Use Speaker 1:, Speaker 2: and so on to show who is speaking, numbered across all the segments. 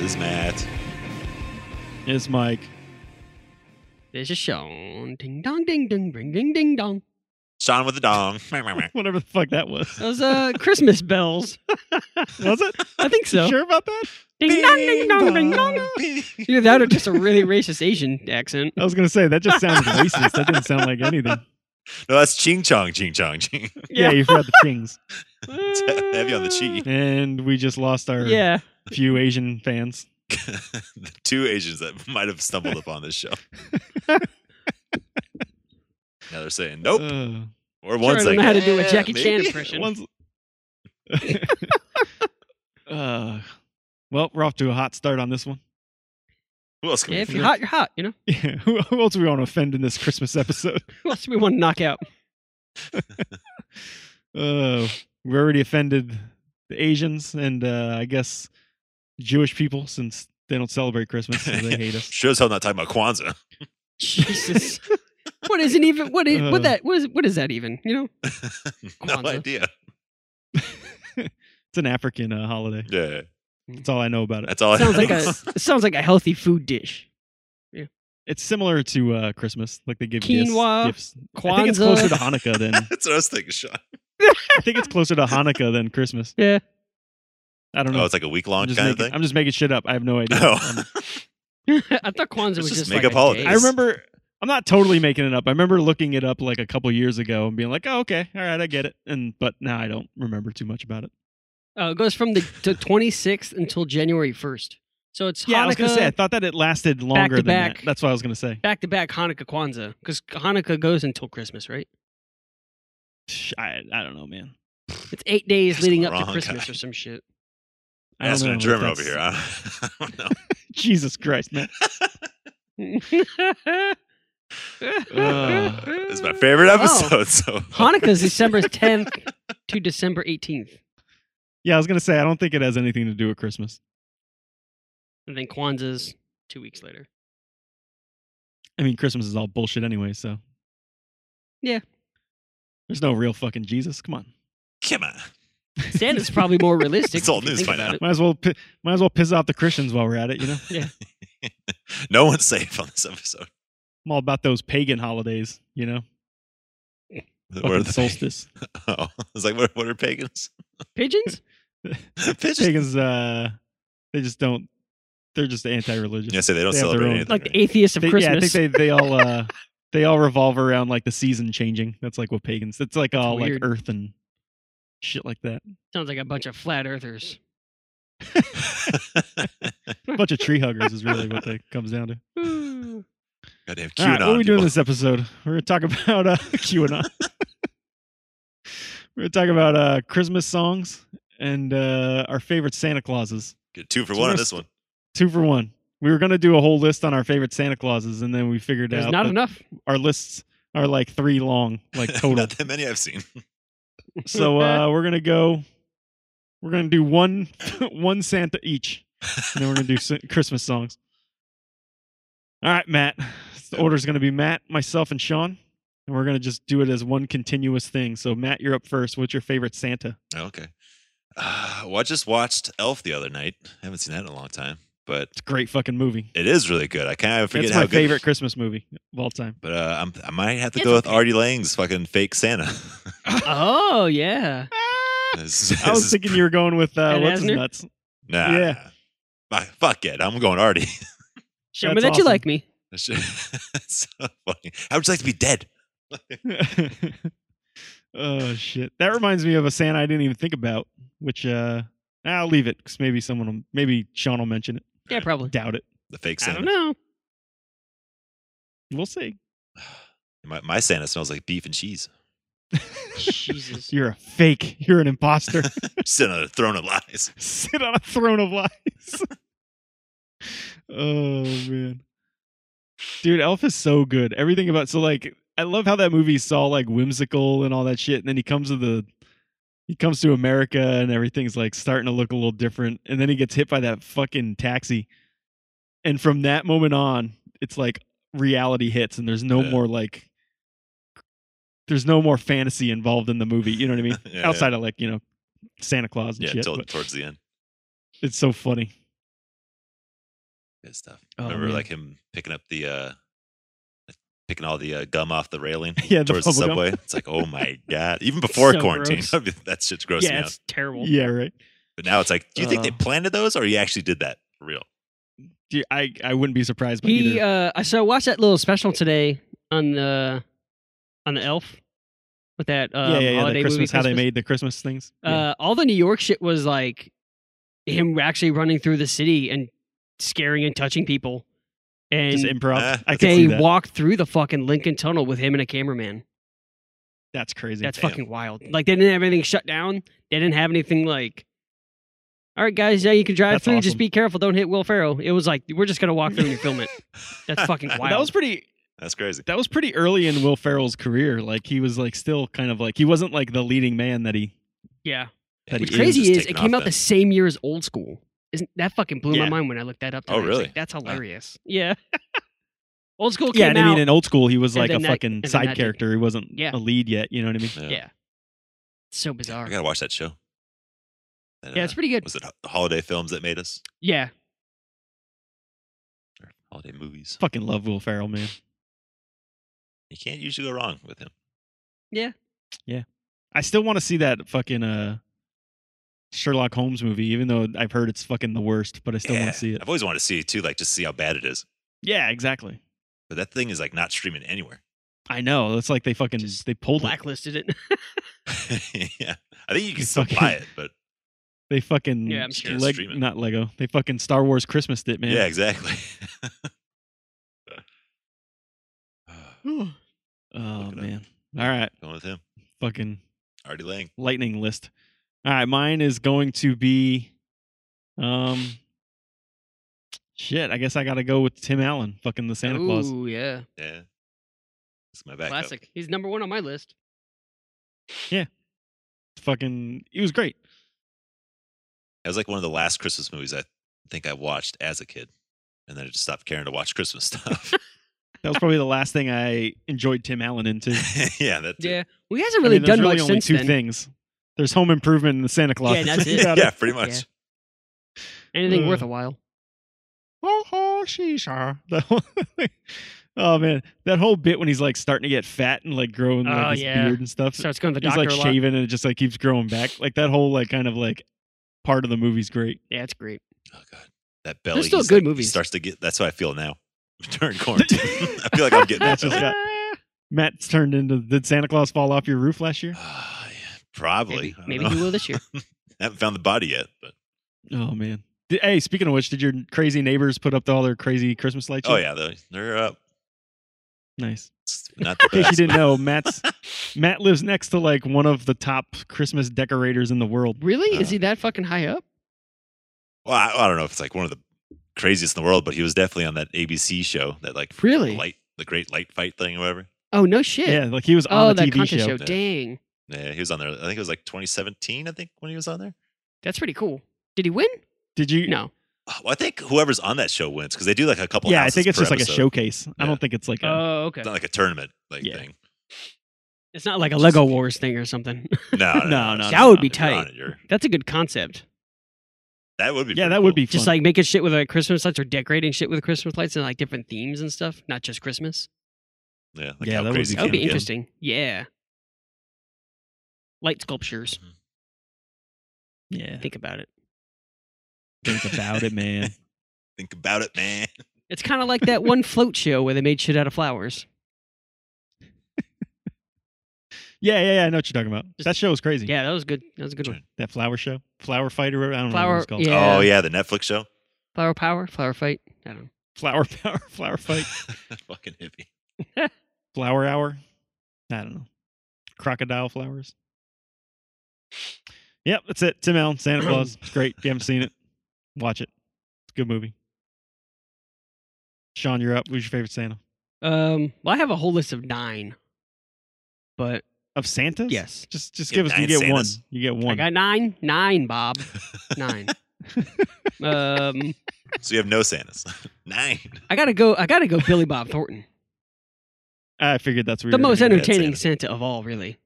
Speaker 1: is Matt.
Speaker 2: It's Mike.
Speaker 3: This is Sean. Ding dong, ding ding, ring ding ding dong.
Speaker 1: Sean with the dong. Meh, meh, meh.
Speaker 2: Whatever the fuck that was.
Speaker 3: Those uh Christmas bells.
Speaker 2: Was it?
Speaker 3: I think so.
Speaker 2: You sure about that?
Speaker 3: Ding dong, ding dong, ding
Speaker 1: Bing
Speaker 3: dong.
Speaker 1: bong, bing.
Speaker 3: Either that or just a really racist Asian accent.
Speaker 2: I was gonna say that just sounds racist. That didn't sound like anything.
Speaker 1: No, that's ching chong, ching chong, ching.
Speaker 2: Yeah, you forgot the chings,
Speaker 1: heavy on the cheek.
Speaker 2: and we just lost our
Speaker 3: Yeah.
Speaker 2: few Asian fans.
Speaker 1: the two Asians that might have stumbled upon this show. now they're saying,
Speaker 3: Oh.
Speaker 1: nope.
Speaker 2: Uh,
Speaker 1: or
Speaker 3: Sure, I
Speaker 1: one's
Speaker 3: don't know
Speaker 1: like,
Speaker 3: how to do a
Speaker 1: "Yeah,
Speaker 3: Jackie Chan
Speaker 1: maybe."
Speaker 3: impression.
Speaker 2: one's- Uh, well, we're off to a hot start on this one.
Speaker 1: Who else can
Speaker 3: Yeah,
Speaker 1: we
Speaker 3: if you're
Speaker 1: find?
Speaker 3: hot, you're hot, you know?
Speaker 2: Yeah, who, who else do we want to offend in this Christmas episode?
Speaker 3: Who else do we want to knock out?
Speaker 2: Uh, we already offended the Asians and uh, I guess Jewish people since they don't celebrate Christmas, so they hate us.
Speaker 1: Sure as hell not talking about Kwanzaa.
Speaker 3: Jesus. what isn't even what is
Speaker 2: Uh.
Speaker 3: what that what is what is that even? You know?
Speaker 1: no
Speaker 3: Kwanzaa.
Speaker 1: idea.
Speaker 2: It's an African uh, holiday.
Speaker 1: Yeah,
Speaker 2: That's all I know about it.
Speaker 1: that's all
Speaker 3: Sounds
Speaker 1: I
Speaker 3: like a it sounds like a healthy food dish.
Speaker 2: It's similar to uh, Christmas, like they give
Speaker 3: Quinoa,
Speaker 2: gifts. gifts.
Speaker 3: Kwanzaa.
Speaker 2: I think it's closer to Hanukkah than
Speaker 1: That's what I was thinking, Sean.
Speaker 2: I think it's closer to Hanukkah than Christmas.
Speaker 3: Yeah.
Speaker 2: I don't know.
Speaker 1: Oh, it's like a week long
Speaker 2: I'm, just
Speaker 1: kind of
Speaker 2: making,
Speaker 1: thing. Oh.
Speaker 2: I'm just making shit up. I have no idea.
Speaker 1: No.
Speaker 2: Um,
Speaker 3: I thought Kwanzaa
Speaker 1: Let's
Speaker 3: was
Speaker 1: just
Speaker 3: just
Speaker 1: make up
Speaker 3: like
Speaker 1: holidays.
Speaker 2: I
Speaker 3: I remember
Speaker 2: remember. I'm not totally making it up. I remember looking it up like a couple years ago and being like, "Oh, okay, all right, I get it." And but now I don't remember too much about it.
Speaker 3: uh, it goes from the to 26th until January 1st. So it's
Speaker 2: Yeah, I was gonna
Speaker 3: Hanukkah
Speaker 2: say I thought that it lasted longer
Speaker 3: to
Speaker 2: than
Speaker 3: back.
Speaker 2: that. That's what I was gonna say.
Speaker 3: back to back Hanukkah Kwanzaa because Hanukkah goes until Christmas, right?
Speaker 2: Psh, I, I don't know, man.
Speaker 3: It's eight days
Speaker 1: That's
Speaker 3: leading
Speaker 1: the
Speaker 3: up
Speaker 1: wrong
Speaker 3: to Christmas
Speaker 1: guy.
Speaker 3: or some shit.
Speaker 2: I don't
Speaker 1: Asking
Speaker 2: know
Speaker 1: a
Speaker 2: if
Speaker 1: German
Speaker 2: that's-
Speaker 1: over here. I don't know.
Speaker 2: Jesus Christ, man.
Speaker 1: It's my
Speaker 3: Oh.
Speaker 1: favorite episode. So
Speaker 3: Hanukkah is December 10th to December 18th,
Speaker 2: Yeah, I was gonna say I don't think it has anything to do with Christmas.
Speaker 3: and then Kwanzaa's two weeks later.
Speaker 2: I mean, Christmas is all bullshit anyway. So
Speaker 3: Yeah.
Speaker 2: there's no real fucking Jesus. Come on,
Speaker 1: come on.
Speaker 3: Santa's probably more realistic.
Speaker 1: It's old
Speaker 3: if you
Speaker 1: news
Speaker 3: think
Speaker 1: by
Speaker 3: about
Speaker 1: now.
Speaker 3: it.
Speaker 2: might as well pi- might as well piss off the Christians while we're at it. You know,
Speaker 1: No one's safe on this episode.
Speaker 2: I'm all about those pagan holidays. You know,
Speaker 1: What
Speaker 2: fucking
Speaker 1: are the
Speaker 2: solstice.
Speaker 1: Oh, it's like what, what are pagans?
Speaker 3: Pigeons?
Speaker 1: Pigeons.
Speaker 2: pagans uh they just don't they're just anti-religious
Speaker 1: Yeah, say they don't
Speaker 2: They have their
Speaker 1: celebrate
Speaker 2: own-
Speaker 1: anything.
Speaker 3: Like
Speaker 1: right?
Speaker 3: the atheists of
Speaker 2: They- yeah i
Speaker 3: Christmas.
Speaker 2: think they they all uh they all revolve around like the season changing that's like what pagans it's like all like
Speaker 3: weird.
Speaker 2: earth and shit like that
Speaker 3: Sounds like a bunch of flat earthers.
Speaker 2: a bunch of tree huggers is really what that comes down to
Speaker 3: Ooh.
Speaker 1: Goddamn
Speaker 2: All right,
Speaker 1: QAnon
Speaker 2: what are we doing
Speaker 1: people.
Speaker 2: this episode we're gonna talk about uh qanon we're gonna talk about uh christmas songs and uh our favorite santa clauses
Speaker 1: Get two for
Speaker 2: So
Speaker 1: one on
Speaker 2: we're
Speaker 1: this one.
Speaker 2: two for one we were gonna do a whole list on our favorite santa clauses and then we figured
Speaker 3: There's
Speaker 2: out
Speaker 3: not
Speaker 2: that
Speaker 3: enough.
Speaker 2: our lists are like three long, like total.
Speaker 1: Not that many I've seen.
Speaker 2: so uh, we're gonna go. We're gonna do one one Santa each, and then we're gonna do s- Christmas songs. All right, Matt. The order's gonna be Matt, myself, and Sean, and we're gonna just do it as one continuous thing. So Matt, you're up first. What's your favorite Santa?
Speaker 1: Oh, okay. Uh, well, I just watched Elf the other night. I haven't seen that in a long time, but
Speaker 2: It's a great fucking movie.
Speaker 1: it is really good. I kind of forget
Speaker 2: It's
Speaker 1: how
Speaker 2: my
Speaker 1: good.
Speaker 2: favorite Christmas movie of all time.
Speaker 1: But uh, I'm, I might have to
Speaker 3: It's
Speaker 1: go with
Speaker 3: okay.
Speaker 1: Artie Lang's fucking fake Santa.
Speaker 3: Oh, yeah.
Speaker 1: This is-
Speaker 2: I
Speaker 1: this
Speaker 2: was
Speaker 1: is-
Speaker 2: thinking you were going with uh,
Speaker 3: Ed
Speaker 2: what's his
Speaker 3: Asner?
Speaker 2: nuts.
Speaker 1: Nah.
Speaker 2: yeah.
Speaker 1: Nah, Fuck it. I'm going Artie.
Speaker 3: Show me
Speaker 2: That's
Speaker 3: that you
Speaker 2: awesome.
Speaker 3: like me.
Speaker 1: That shit- it's so funny. How would you like to be dead?
Speaker 2: oh shit! That reminds me of a Santa I didn't even think about. Which uh, I'll leave it because maybe someone, will, maybe Sean will mention it.
Speaker 3: Yeah, probably.
Speaker 2: Doubt it.
Speaker 1: The fake
Speaker 3: I
Speaker 1: Santa.
Speaker 3: don't know.
Speaker 2: We'll see.
Speaker 1: My, my Santa smells like beef and cheese.
Speaker 3: Jesus.
Speaker 2: You're a fake. You're an imposter.
Speaker 1: Sitting on a throne of lies.
Speaker 2: Sit on a throne of lies. oh man, dude, Elf is so good. Everything about so like I love how that movie saw like whimsical and all that shit, and then he comes to the he comes to America and everything's like starting to look a little different, and then he gets hit by that fucking taxi, and from that moment on, it's like reality hits, and there's no
Speaker 1: Yeah.
Speaker 2: more like there's no more fantasy involved in the movie. You know what I mean?
Speaker 1: Yeah, yeah.
Speaker 2: Outside of like you know Santa Claus and
Speaker 1: Yeah,
Speaker 2: shit.
Speaker 1: till,
Speaker 2: but-
Speaker 1: towards the end.
Speaker 2: it's so funny.
Speaker 1: good stuff.
Speaker 2: Oh,
Speaker 1: Remember,
Speaker 2: man.
Speaker 1: like him picking up the, uh picking all the uh, gum off the railing
Speaker 2: Yeah, the
Speaker 1: towards the
Speaker 2: bubble gum.
Speaker 1: subway. It's like, oh my god! Even before
Speaker 3: so
Speaker 1: quarantine,
Speaker 3: gross.
Speaker 1: I mean, that shit's grossed me
Speaker 3: yeah,
Speaker 1: out.
Speaker 3: it's terrible.
Speaker 2: Yeah, right.
Speaker 1: But now it's like, do you think they
Speaker 2: Uh.
Speaker 1: planted those, or you actually did that for real?
Speaker 2: Dude, I I wouldn't be surprised by
Speaker 3: He
Speaker 2: either.
Speaker 3: uh I so I watched that little special today on the on the elf with that um,
Speaker 2: yeah, yeah, yeah.
Speaker 3: holiday
Speaker 2: The
Speaker 3: movie
Speaker 2: Christmas, how they
Speaker 3: Christmas.
Speaker 2: made the Christmas things. Yeah.
Speaker 3: Uh, all the New York shit was like him actually running through the city and scaring and touching people.
Speaker 2: Just
Speaker 3: And
Speaker 2: improv.
Speaker 1: Ah,
Speaker 2: I can see
Speaker 3: they
Speaker 2: that.
Speaker 3: walked through the fucking Lincoln Tunnel with him and a cameraman.
Speaker 2: That's crazy.
Speaker 3: That's
Speaker 1: Damn.
Speaker 3: fucking wild. Like they didn't have anything shut down. They didn't have anything like. All right, guys. Now you can drive
Speaker 2: That's
Speaker 3: through. Just
Speaker 2: awesome.
Speaker 3: be careful. Don't hit Will Ferrell. It was like we're just gonna walk through and film it. That's fucking wild.
Speaker 2: that was pretty
Speaker 1: That's crazy.
Speaker 2: that was pretty early in Will Ferrell's career. Like he was like still kind of like he wasn't like the leading man that he
Speaker 3: yeah.
Speaker 2: that
Speaker 1: What's
Speaker 2: he
Speaker 3: What's
Speaker 1: is
Speaker 3: crazy
Speaker 1: just
Speaker 3: is it
Speaker 1: taking
Speaker 3: came
Speaker 1: off
Speaker 3: out
Speaker 1: then.
Speaker 3: the same year as Old School. Isn't that fucking blew
Speaker 2: Yeah.
Speaker 3: my mind when I looked that up?
Speaker 1: Oh,
Speaker 3: today. It's like,
Speaker 1: really?
Speaker 3: That's hilarious. Yeah. old School
Speaker 2: Yeah,
Speaker 3: came
Speaker 2: and I
Speaker 3: out.
Speaker 2: mean in old school he was
Speaker 3: and
Speaker 2: like a
Speaker 3: then that-
Speaker 2: fucking
Speaker 3: and then that
Speaker 2: side
Speaker 3: did-
Speaker 2: character. He wasn't
Speaker 3: Yeah.
Speaker 2: a lead yet, you know what I mean?
Speaker 1: Yeah.
Speaker 3: yeah. It's so bizarre.
Speaker 1: I gotta watch that show. That,
Speaker 3: yeah,
Speaker 1: uh,
Speaker 3: it's pretty good.
Speaker 1: was it ho- holiday films that made us
Speaker 3: Yeah.
Speaker 1: or holiday movies?
Speaker 2: Fucking love Will Ferrell, man.
Speaker 1: You can't usually go wrong with him.
Speaker 2: I still want to see that fucking uh Sherlock Holmes movie, even though I've heard it's fucking the worst, but I still
Speaker 1: Yeah.
Speaker 2: want to see it.
Speaker 1: I've always wanted to see it too, like just see how bad it is.
Speaker 2: Yeah, exactly.
Speaker 1: But that thing is like not streaming anywhere.
Speaker 2: I know. It's like they fucking
Speaker 3: Just
Speaker 2: they pulled it.
Speaker 3: Blacklisted it.
Speaker 1: yeah, I think you can
Speaker 2: It's
Speaker 1: still
Speaker 2: fucking-
Speaker 1: buy it, but
Speaker 2: They fucking
Speaker 3: Yeah, I'm sure.
Speaker 2: Leg-
Speaker 1: Stream it.
Speaker 2: not Lego. They fucking Star Wars Christmas it, man.
Speaker 1: yeah, exactly.
Speaker 2: Oh
Speaker 1: Look it up.
Speaker 2: man. All right.
Speaker 1: Going with him,
Speaker 2: Fucking
Speaker 1: Artie Lang.
Speaker 2: lightning list. All right, mine is going to be um shit, I guess I got to go with Tim Allen, fucking the Santa Claus.
Speaker 3: Ooh, yeah.
Speaker 1: Yeah, it's my backup.
Speaker 3: Classic. He's number one on my list.
Speaker 2: Fucking he was great.
Speaker 1: It was like one of the last Christmas movies I think I watched as a kid, and then I just stopped caring to watch Christmas stuff.
Speaker 2: That was probably the last thing I enjoyed Tim Allen into.
Speaker 1: yeah, that. too.
Speaker 3: Yeah. We hasn't really
Speaker 2: I mean, there's
Speaker 3: done
Speaker 2: really
Speaker 3: much
Speaker 2: only
Speaker 3: since
Speaker 2: two
Speaker 3: then.
Speaker 2: things. There's Home Improvement and the Santa Claus.
Speaker 3: Yeah, that's it.
Speaker 2: You got
Speaker 1: yeah, pretty much.
Speaker 3: Yeah. Anything
Speaker 2: Ugh.
Speaker 3: worth a while.
Speaker 2: Oh, oh, she's her. The whole thing. Oh man, that whole bit when he's like starting to get fat and like growing like,
Speaker 3: Oh,
Speaker 2: his
Speaker 3: yeah.
Speaker 2: beard and stuff.
Speaker 3: Starts going to the
Speaker 2: he's
Speaker 3: doctor
Speaker 2: like
Speaker 3: a lot.
Speaker 2: shaving and it just like keeps growing back. Like that whole like kind of like part of the movie's great.
Speaker 3: Yeah, it's great.
Speaker 1: Oh god, that belly.
Speaker 3: still
Speaker 1: he's
Speaker 3: good
Speaker 1: like- he
Speaker 3: movies.
Speaker 1: starts to get. That's how I feel now during quarantine. I feel like I'm getting that.
Speaker 2: That's just
Speaker 1: belly.
Speaker 2: got- Matt's turned into did Santa Claus fall off your roof last year?
Speaker 1: Ah, yeah, probably. I
Speaker 3: Maybe,
Speaker 1: don't
Speaker 3: maybe
Speaker 1: know.
Speaker 3: he will this year.
Speaker 1: I haven't found the body yet, but
Speaker 2: Oh man. Did, hey, speaking of which, did your crazy neighbors put up all their crazy Christmas lights?
Speaker 1: oh
Speaker 2: yet?
Speaker 1: yeah, they're, they're up.
Speaker 2: nice.
Speaker 1: It's Not
Speaker 3: Oh,
Speaker 1: the
Speaker 2: In case you
Speaker 1: best.
Speaker 2: didn't know, Matt's Matt lives next to like one of the top Christmas decorators in the world.
Speaker 3: Really? Is
Speaker 1: Uh,
Speaker 3: he that fucking high up?
Speaker 1: Well, I, I don't know if it's like one of the craziest in the world, but he was definitely on that ABC show that like
Speaker 3: Really?
Speaker 1: light, the Great Light Fight thing or whatever.
Speaker 3: Oh no shit.
Speaker 2: Yeah, like he was on
Speaker 3: oh,
Speaker 2: the
Speaker 3: that
Speaker 2: TV
Speaker 3: contest
Speaker 2: show.
Speaker 3: show.
Speaker 1: Yeah.
Speaker 3: Dang.
Speaker 1: Yeah, he was on there. I think it was like 2017. I think when he was on there.
Speaker 3: That's pretty cool. Did he win?
Speaker 2: Did you?
Speaker 3: No.
Speaker 1: Oh, Well, I think whoever's on that show wins because they do like a couple.
Speaker 2: Yeah, I
Speaker 1: houses
Speaker 2: think it's
Speaker 1: per
Speaker 2: just like a
Speaker 1: episode.
Speaker 2: showcase. I
Speaker 1: Yeah.
Speaker 2: don't think it's like a.
Speaker 3: Oh, okay.
Speaker 1: It's not like a tournament like
Speaker 2: Yeah.
Speaker 1: thing.
Speaker 3: It's not like a Lego Wars thing or something.
Speaker 1: No, no, no,
Speaker 2: No, no,
Speaker 3: That would be
Speaker 1: If you're on
Speaker 3: tight.
Speaker 1: it, you're-
Speaker 3: That's a good concept.
Speaker 1: that would be.
Speaker 2: yeah,
Speaker 1: pretty
Speaker 2: that would
Speaker 1: cool.
Speaker 2: be fun.
Speaker 3: Just like making shit with like Christmas lights or decorating shit with Christmas lights and like different themes and stuff, not just Christmas.
Speaker 1: Yeah, like
Speaker 2: Yeah,
Speaker 1: how
Speaker 2: that would
Speaker 1: crazy
Speaker 2: be
Speaker 3: That would
Speaker 1: can
Speaker 3: be
Speaker 1: it get?
Speaker 3: interesting. Yeah. Light sculptures.
Speaker 2: yeah,
Speaker 3: Think about it.
Speaker 2: think about it, man.
Speaker 1: Think about it, man.
Speaker 3: It's kind of like that one float show where they made shit out of flowers.
Speaker 2: Yeah, yeah, yeah. I know what you're talking about.
Speaker 3: Just-
Speaker 2: that show was crazy.
Speaker 3: Yeah, that was good. That was a good one.
Speaker 2: that flower show, flower fight or whatever. I don't know what
Speaker 3: Flower-
Speaker 2: it's called.
Speaker 3: Yeah.
Speaker 1: Oh yeah, the Netflix show.
Speaker 3: Flower power, flower fight. I don't know.
Speaker 2: Flower power, flower fight,
Speaker 1: Fucking hippie.
Speaker 2: flower hour. I don't know. Crocodile flowers. Yep, that's it. Tim Allen, Santa Claus. It's great. If you haven't seen it, watch it. It's a good movie. Sean, you're up. Who's your favorite Santa?
Speaker 3: Um, well, I have a whole list of nine, but
Speaker 2: Of Santas?
Speaker 3: yes,
Speaker 2: Just just
Speaker 1: Yeah,
Speaker 2: give us you
Speaker 1: nine
Speaker 2: get one.
Speaker 1: Santas.
Speaker 2: You get
Speaker 3: I
Speaker 2: one.
Speaker 3: got nine, nine, Bob, nine. um,
Speaker 1: So you have no Santas. Nine.
Speaker 3: I gotta go. I gotta go. Billy Bob Thornton,
Speaker 2: I figured that's where
Speaker 3: the
Speaker 2: you were
Speaker 3: most
Speaker 2: gonna go.
Speaker 1: enter-
Speaker 3: entertaining
Speaker 1: Santa.
Speaker 3: Santa of all, really.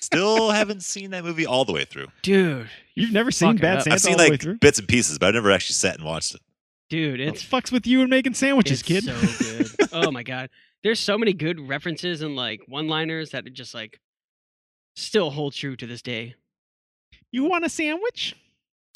Speaker 1: Still haven't seen that movie all the way through.
Speaker 3: Dude,
Speaker 2: You've never seen
Speaker 3: fucking
Speaker 2: Bad
Speaker 3: up.
Speaker 2: Santa
Speaker 1: I've seen
Speaker 2: all the way
Speaker 1: like
Speaker 2: through?
Speaker 1: bits and pieces, but I've never actually sat and watched it.
Speaker 3: dude.
Speaker 2: It
Speaker 3: It's
Speaker 2: fucks with you and making sandwiches,
Speaker 3: it's
Speaker 2: kid.
Speaker 3: So good. oh my god, there's so many good references and like one-liners that are just like still hold true to this day.
Speaker 2: you want a sandwich?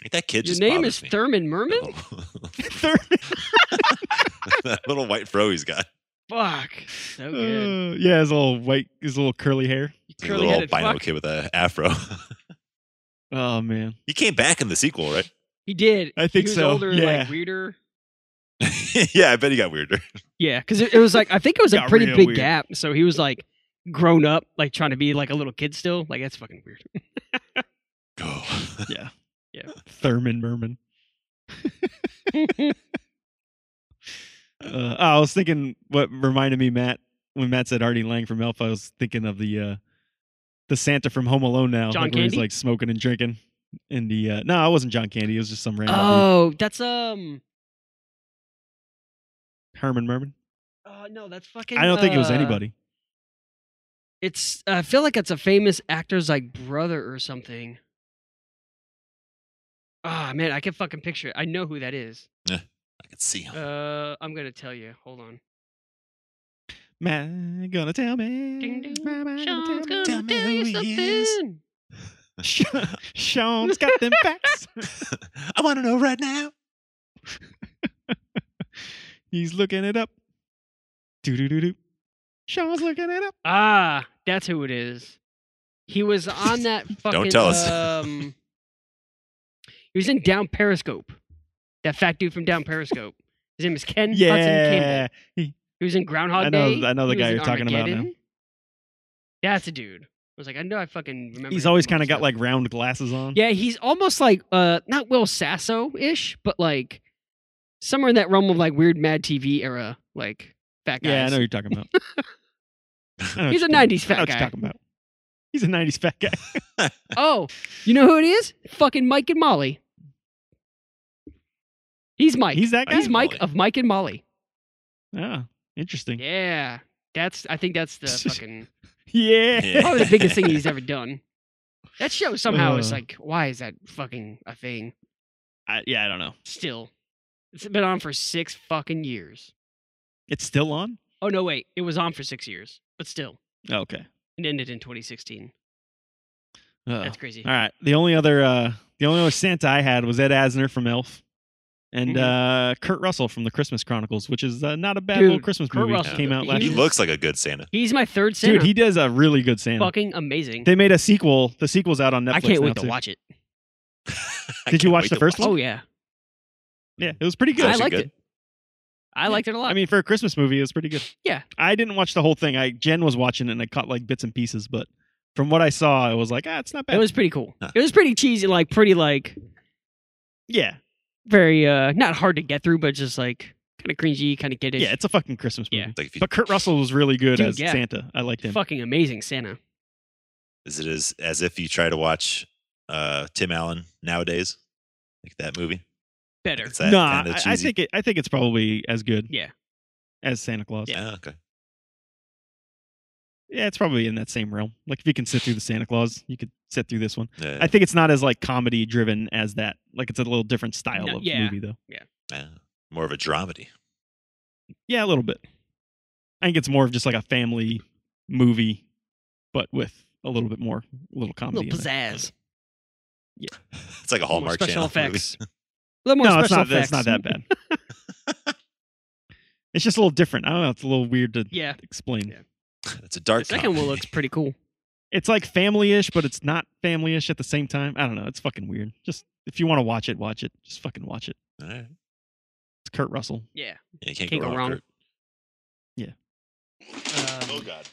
Speaker 1: Like, that kid
Speaker 3: Your
Speaker 1: just
Speaker 3: name
Speaker 1: bothers
Speaker 3: is
Speaker 1: me.
Speaker 3: Thurman Merman.
Speaker 2: Oh.
Speaker 1: That little-
Speaker 2: Thurman.
Speaker 1: that little white fro he's got.
Speaker 3: Fuck, so good.
Speaker 2: Uh, yeah, his little white, his little curly hair.
Speaker 1: He's a
Speaker 3: Curly
Speaker 1: little
Speaker 3: headed
Speaker 1: albino
Speaker 3: fuck.
Speaker 1: kid with a afro.
Speaker 2: Oh man,
Speaker 1: he came back in the sequel, right?
Speaker 3: He did.
Speaker 2: I think
Speaker 3: he was
Speaker 2: so.
Speaker 3: Older,
Speaker 2: Yeah.
Speaker 3: like weirder.
Speaker 1: yeah, I bet he got weirder.
Speaker 3: Yeah, because it, it was like I think it was a
Speaker 2: Got
Speaker 3: pretty
Speaker 2: real
Speaker 3: big
Speaker 2: weird.
Speaker 3: gap. So he was like grown up, like trying to be like a little kid still. Like that's fucking weird.
Speaker 1: Go.
Speaker 2: Thurman Merman. Uh, I was thinking what reminded me, Matt, when Matt said Artie Lang from Elf, I was thinking of the uh the Santa from Home Alone now.
Speaker 3: John
Speaker 2: like, where he's
Speaker 3: Candy?
Speaker 2: like smoking and drinking. In the uh no, I wasn't John Candy, it was just some random dude.
Speaker 3: oh, that's um.
Speaker 2: Herman Merman.
Speaker 3: Oh no, that's fucking.
Speaker 2: I don't think it was
Speaker 3: uh,
Speaker 2: anybody.
Speaker 3: It's. I feel like it's a famous actor's like brother or something. Ah man, I can fucking picture it. I know who that is.
Speaker 1: I can see him.
Speaker 3: Uh, I'm gonna tell you. Hold on.
Speaker 2: Matt gonna tell me.
Speaker 3: Ding, ding.
Speaker 2: Matt gonna
Speaker 3: Sean's
Speaker 2: tell
Speaker 3: gonna
Speaker 2: me.
Speaker 1: Tell
Speaker 3: tell,
Speaker 1: me
Speaker 3: you
Speaker 1: who he is.
Speaker 3: something.
Speaker 2: Sean- Sean's got them facts.
Speaker 1: I want to know right now.
Speaker 2: He's looking it up. Doo doo doo doo. Sean's looking it up.
Speaker 3: Ah, that's who it is. He was on that fucking.
Speaker 1: tell us.
Speaker 3: Um, he was in Down Periscope. That fat dude from Down Periscope. His name is Ken Hudson Campbell.
Speaker 2: Yeah.
Speaker 3: He was in Groundhog
Speaker 2: I know-
Speaker 3: Day.
Speaker 2: I know the
Speaker 3: He
Speaker 2: guy
Speaker 3: was in
Speaker 2: you're talking about now.
Speaker 3: Armageddon. That's a dude. I was like, I know I fucking remember.
Speaker 2: He's
Speaker 3: him
Speaker 2: always
Speaker 3: from all
Speaker 2: kind of got
Speaker 3: stuff.
Speaker 2: like round glasses on.
Speaker 3: Yeah, he's almost like uh not Will Sasso ish, but like somewhere in that realm of like weird Mad TV era, like fat guys.
Speaker 2: Yeah, I know who you're talking about. I know what
Speaker 3: He's
Speaker 2: you're talking-
Speaker 3: a 90s
Speaker 2: I know
Speaker 3: fat
Speaker 2: what you're
Speaker 3: guy.
Speaker 2: talking about. He's a 90s fat guy.
Speaker 3: Oh, you know who it is? Fucking Mike and Molly. He's Mike. He's,
Speaker 2: He's that guy.
Speaker 1: He's
Speaker 3: Mike
Speaker 1: Molly.
Speaker 3: of Mike and Molly.
Speaker 2: Ah, interesting.
Speaker 3: Yeah. That's I think that's the fucking
Speaker 2: Yeah.
Speaker 1: Yeah.
Speaker 3: probably the biggest thing he's ever done. That show somehow is
Speaker 2: Uh.
Speaker 3: like, why is that fucking a thing
Speaker 2: I, yeah, I don't know.
Speaker 3: still? It's been on for six fucking years.
Speaker 2: It's still on.
Speaker 3: Oh no, wait, it was on for six years, but still,
Speaker 2: Okay.
Speaker 3: it ended in 2016.
Speaker 2: Uh,
Speaker 3: That's crazy.
Speaker 2: all right. The only other, uh, the only other Santa I had was Ed Asner from Elf, and
Speaker 3: Mm-hmm.
Speaker 2: uh, Kurt Russell from The Christmas Chronicles, which is uh, not a bad little
Speaker 3: Dude,
Speaker 2: Christmas
Speaker 3: Kurt
Speaker 2: movie.
Speaker 3: Russell,
Speaker 2: Came out last
Speaker 1: He
Speaker 2: year.
Speaker 3: He's-
Speaker 1: looks like a good Santa.
Speaker 3: He's my third Santa.
Speaker 2: Dude, he does a really good Santa.
Speaker 3: fucking amazing.
Speaker 2: They made a sequel. The sequel's out on Netflix.
Speaker 3: I can't
Speaker 2: now,
Speaker 3: wait to
Speaker 2: too.
Speaker 3: watch it.
Speaker 1: I
Speaker 2: Did you
Speaker 1: can't
Speaker 2: watch
Speaker 1: wait
Speaker 2: the
Speaker 1: to
Speaker 2: first
Speaker 1: watch
Speaker 3: Oh yeah,
Speaker 2: Yeah, it was pretty good.
Speaker 1: It's
Speaker 3: I
Speaker 1: actually
Speaker 3: liked
Speaker 1: good.
Speaker 3: it. I liked it a lot.
Speaker 2: I mean, for a Christmas movie, it was pretty good.
Speaker 3: Yeah.
Speaker 2: I didn't watch the whole thing. I Jen was watching it and I caught like bits and pieces, but from what I saw, I was like, ah, it's not bad.
Speaker 3: It was pretty cool.
Speaker 1: Huh.
Speaker 3: It was pretty cheesy, like pretty like
Speaker 2: yeah,
Speaker 3: very uh not hard to get through, but just like kind of cringy, kind of kiddish.
Speaker 2: yeah, it's a fucking Christmas movie.
Speaker 3: Yeah.
Speaker 1: It's Like if you,
Speaker 2: But Kurt Russell was really good
Speaker 3: Dude,
Speaker 2: as
Speaker 3: yeah.
Speaker 2: Santa. I liked him.
Speaker 3: fucking amazing Santa.
Speaker 1: is it as, as if you try to watch uh, Tim Allen nowadays? Like that movie?
Speaker 3: Better.
Speaker 1: It's
Speaker 2: No,
Speaker 1: that kind of
Speaker 2: I,
Speaker 1: cheesy.
Speaker 2: I think it. I think it's probably as good.
Speaker 3: Yeah.
Speaker 2: as Santa Claus.
Speaker 1: Yeah, okay.
Speaker 2: Yeah, it's probably in that same realm. Like if you can sit through the Santa Claus, you could sit through this one.
Speaker 1: Yeah,
Speaker 2: I think it's not as like comedy driven as that. Like it's a little different style
Speaker 3: No,
Speaker 2: of
Speaker 3: yeah.
Speaker 2: movie though.
Speaker 1: yeah. more of a dramedy.
Speaker 2: Yeah, a little bit. I think it's more of just like a family movie, but with a little bit more, a little
Speaker 3: A
Speaker 2: comedy.
Speaker 3: little
Speaker 2: in it.
Speaker 3: pizzazz.
Speaker 1: It's like a
Speaker 3: A little more
Speaker 1: Hallmark
Speaker 3: special
Speaker 1: Channel
Speaker 3: effects. A little more
Speaker 2: no, it's
Speaker 3: special
Speaker 2: not. It's
Speaker 3: effects.
Speaker 2: not that bad. it's just a little different. I don't know. It's a little weird to
Speaker 3: Yeah.
Speaker 2: explain.
Speaker 3: Yeah.
Speaker 1: movie. it's a
Speaker 3: The
Speaker 1: dark
Speaker 3: second one
Speaker 1: comedy.
Speaker 3: looks pretty cool.
Speaker 2: It's like family-ish, but it's not family-ish at the same time. I don't know. It's fucking weird. Just if you want to watch it, watch it. Just fucking watch it.
Speaker 1: All right.
Speaker 2: It's Kurt Russell.
Speaker 3: Yeah.
Speaker 1: Yeah, you can't, go, wrong. Kurt.
Speaker 3: Um,
Speaker 1: oh God!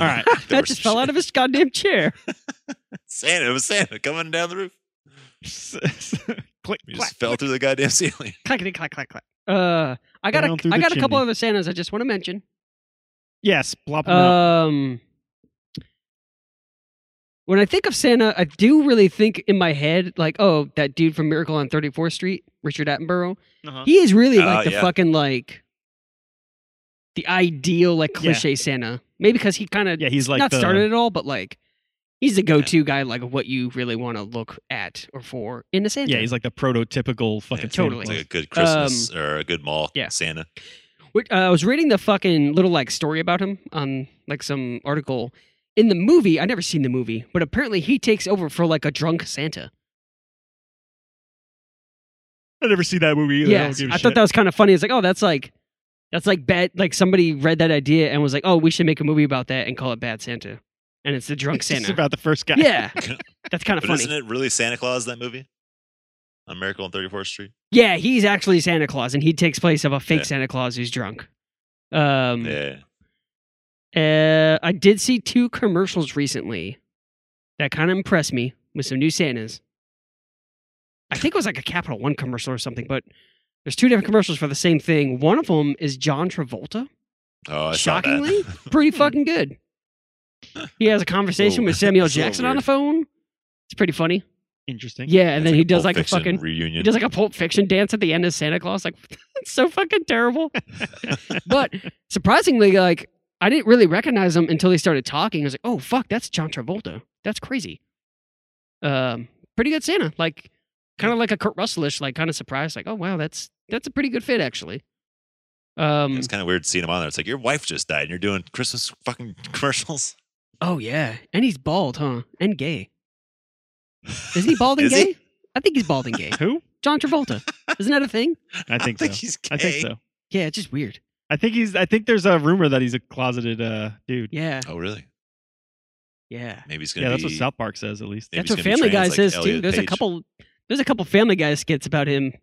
Speaker 2: All right.
Speaker 1: There
Speaker 3: that
Speaker 1: was
Speaker 3: just
Speaker 1: some
Speaker 3: fell
Speaker 1: shit.
Speaker 3: out of his goddamn chair.
Speaker 1: Santa, it was Santa coming down the roof.
Speaker 2: Click.
Speaker 1: He
Speaker 2: clack.
Speaker 1: just fell through the goddamn ceiling.
Speaker 3: Clackety clack clack clack. Uh, I got a,
Speaker 2: Down through
Speaker 3: I
Speaker 2: the
Speaker 3: got a couple
Speaker 2: chimney.
Speaker 3: other Santas I just want to mention.
Speaker 2: Yes, plop him out.
Speaker 3: Um, when I think of Santa, I do really think in my head like, oh, that dude from Miracle on 34th Street, Richard Attenborough.
Speaker 2: Uh-huh.
Speaker 3: He is really
Speaker 1: Oh,
Speaker 3: like the
Speaker 1: yeah.
Speaker 3: fucking like the ideal like
Speaker 2: Yeah.
Speaker 3: cliche Santa. Maybe because he kind of
Speaker 2: Yeah, he's like
Speaker 3: not
Speaker 2: the,
Speaker 3: started at all, but like He's the go-to guy, like of what you really want to look at or for in a Santa.
Speaker 2: Yeah, he's like the prototypical fucking
Speaker 1: Yeah,
Speaker 2: Santa
Speaker 3: totally. Um,
Speaker 1: It's like
Speaker 2: Claus.
Speaker 1: a good Christmas or a good mall
Speaker 3: yeah.
Speaker 1: Santa.
Speaker 3: Which, uh, I was reading the fucking little like story about him on like some article in the movie. I never seen the movie, but apparently he takes over for like a drunk Santa.
Speaker 2: I never see that movie either. I don't
Speaker 3: Yes,
Speaker 2: give a
Speaker 3: I thought
Speaker 2: shit.
Speaker 3: that was kind of funny. It's like, oh, that's like, that's like bad. Like somebody read that idea and was like, oh, we should make a movie about that and call it Bad Santa, and it's the drunk
Speaker 2: It's just
Speaker 3: Santa.
Speaker 2: about the first guy.
Speaker 3: yeah, that's kind of
Speaker 1: But
Speaker 3: funny.
Speaker 1: isn't it really Santa Claus that movie? On Miracle on 34th Street.
Speaker 3: Yeah, he's actually Santa Claus, and he takes place of a fake
Speaker 1: Yeah.
Speaker 3: Santa Claus who's drunk. Um,
Speaker 1: Yeah.
Speaker 3: uh, I did see two commercials recently that kind of impressed me with some new Santas. I think it was like a Capital One commercial or something, but there's two different commercials for the same thing. One of them is John Travolta.
Speaker 1: Oh, I
Speaker 3: Shockingly,
Speaker 1: saw that.
Speaker 3: Pretty fucking good. He has a conversation
Speaker 1: Whoa,
Speaker 3: with Samuel
Speaker 1: that's a little
Speaker 3: Jackson on the
Speaker 1: weird.
Speaker 3: phone. It's pretty funny.
Speaker 2: Interesting.
Speaker 3: Yeah, and
Speaker 1: That's
Speaker 3: then he does
Speaker 1: Pulp
Speaker 3: like a
Speaker 1: Fiction
Speaker 3: fucking
Speaker 1: reunion.
Speaker 3: He does like a Pulp Fiction dance at the end of Santa Claus. Like, it's so fucking terrible. but surprisingly, like, I didn't really recognize him until he started talking. I was like, oh, fuck, that's John Travolta. That's crazy. Um, pretty good Santa. Like, kind of like a Kurt Russellish, like, kind of surprised. Like, oh, wow, that's that's a pretty good fit, actually. Um,
Speaker 1: it's kind of weird seeing him on there. It's like your wife just died, and you're doing Christmas fucking commercials.
Speaker 3: oh, yeah. And he's bald, huh? And gay. Isn't he bald and
Speaker 1: Is he?
Speaker 3: gay? I think he's bald and gay.
Speaker 2: Who?
Speaker 3: John Travolta. Isn't that a thing?
Speaker 2: I think so.
Speaker 1: he's gay.
Speaker 2: I think so.
Speaker 3: Yeah, it's just weird.
Speaker 2: I think he's. I think there's a rumor that he's a closeted uh, dude.
Speaker 3: Yeah,
Speaker 1: Oh, really?
Speaker 3: yeah.
Speaker 1: Maybe he's gonna
Speaker 2: Yeah,
Speaker 1: be.
Speaker 2: that's what South Park says, at least.
Speaker 1: maybe
Speaker 3: That's
Speaker 1: he's
Speaker 3: what
Speaker 1: gonna be
Speaker 3: Family Guy
Speaker 1: trans like
Speaker 3: says too.
Speaker 1: Elliot
Speaker 3: There's a
Speaker 1: Page.
Speaker 3: couple. There's a couple Family Guy skits about him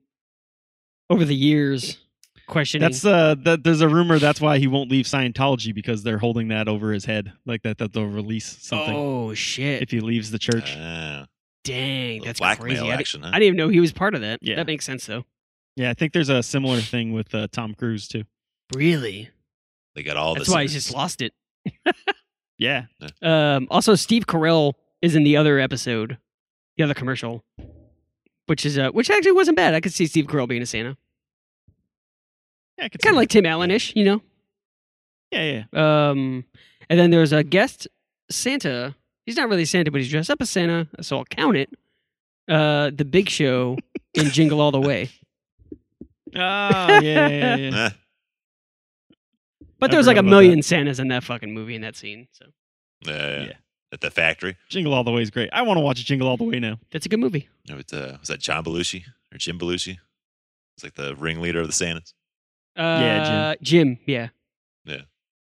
Speaker 3: over the years questioning.
Speaker 2: That's uh, that there's a rumor that's why he won't leave Scientology because they're holding that over his head, like that that they'll release something
Speaker 3: oh shit!
Speaker 2: if he leaves the church.
Speaker 1: Ah,
Speaker 3: Dang,
Speaker 1: little
Speaker 3: that's
Speaker 1: blackmail
Speaker 3: crazy. I, di-
Speaker 1: action, huh?
Speaker 3: I didn't even know he was part of that.
Speaker 2: Yeah.
Speaker 3: That makes sense though.
Speaker 2: yeah, I think there's a similar thing with uh, Tom Cruise too.
Speaker 3: Really?
Speaker 1: they got all
Speaker 3: That's
Speaker 1: this.
Speaker 3: why he's just lost it.
Speaker 2: Yeah,
Speaker 3: Um, also, Steve Carell is in the other episode, the other commercial, which is uh, which actually wasn't bad. I could see Steve Carell being a Santa.
Speaker 2: yeah, I could
Speaker 3: It's kind
Speaker 2: see
Speaker 3: of like Tim Allen-ish, you know.
Speaker 2: that. yeah, yeah.
Speaker 3: Um, and then there's a guest Santa. He's not really Santa, but he's dressed up as Santa, so I'll count it. Uh, the Big Show in Jingle All the Way.
Speaker 2: Oh, yeah, yeah, yeah.
Speaker 1: Ah,
Speaker 3: But
Speaker 2: I
Speaker 3: there's like
Speaker 2: forgot
Speaker 3: a
Speaker 2: about
Speaker 3: million Santas in that fucking movie in that scene. So
Speaker 1: yeah, yeah.
Speaker 2: Yeah.
Speaker 1: At the factory.
Speaker 2: Jingle All the Way is great. I want to watch Jingle All the Way now.
Speaker 3: that's a good movie.
Speaker 1: No, it's, uh, was that John Belushi or Jim Belushi? It's like the ringleader of the Santas.
Speaker 3: Uh,
Speaker 2: Yeah,
Speaker 3: Jim. Yeah.
Speaker 1: I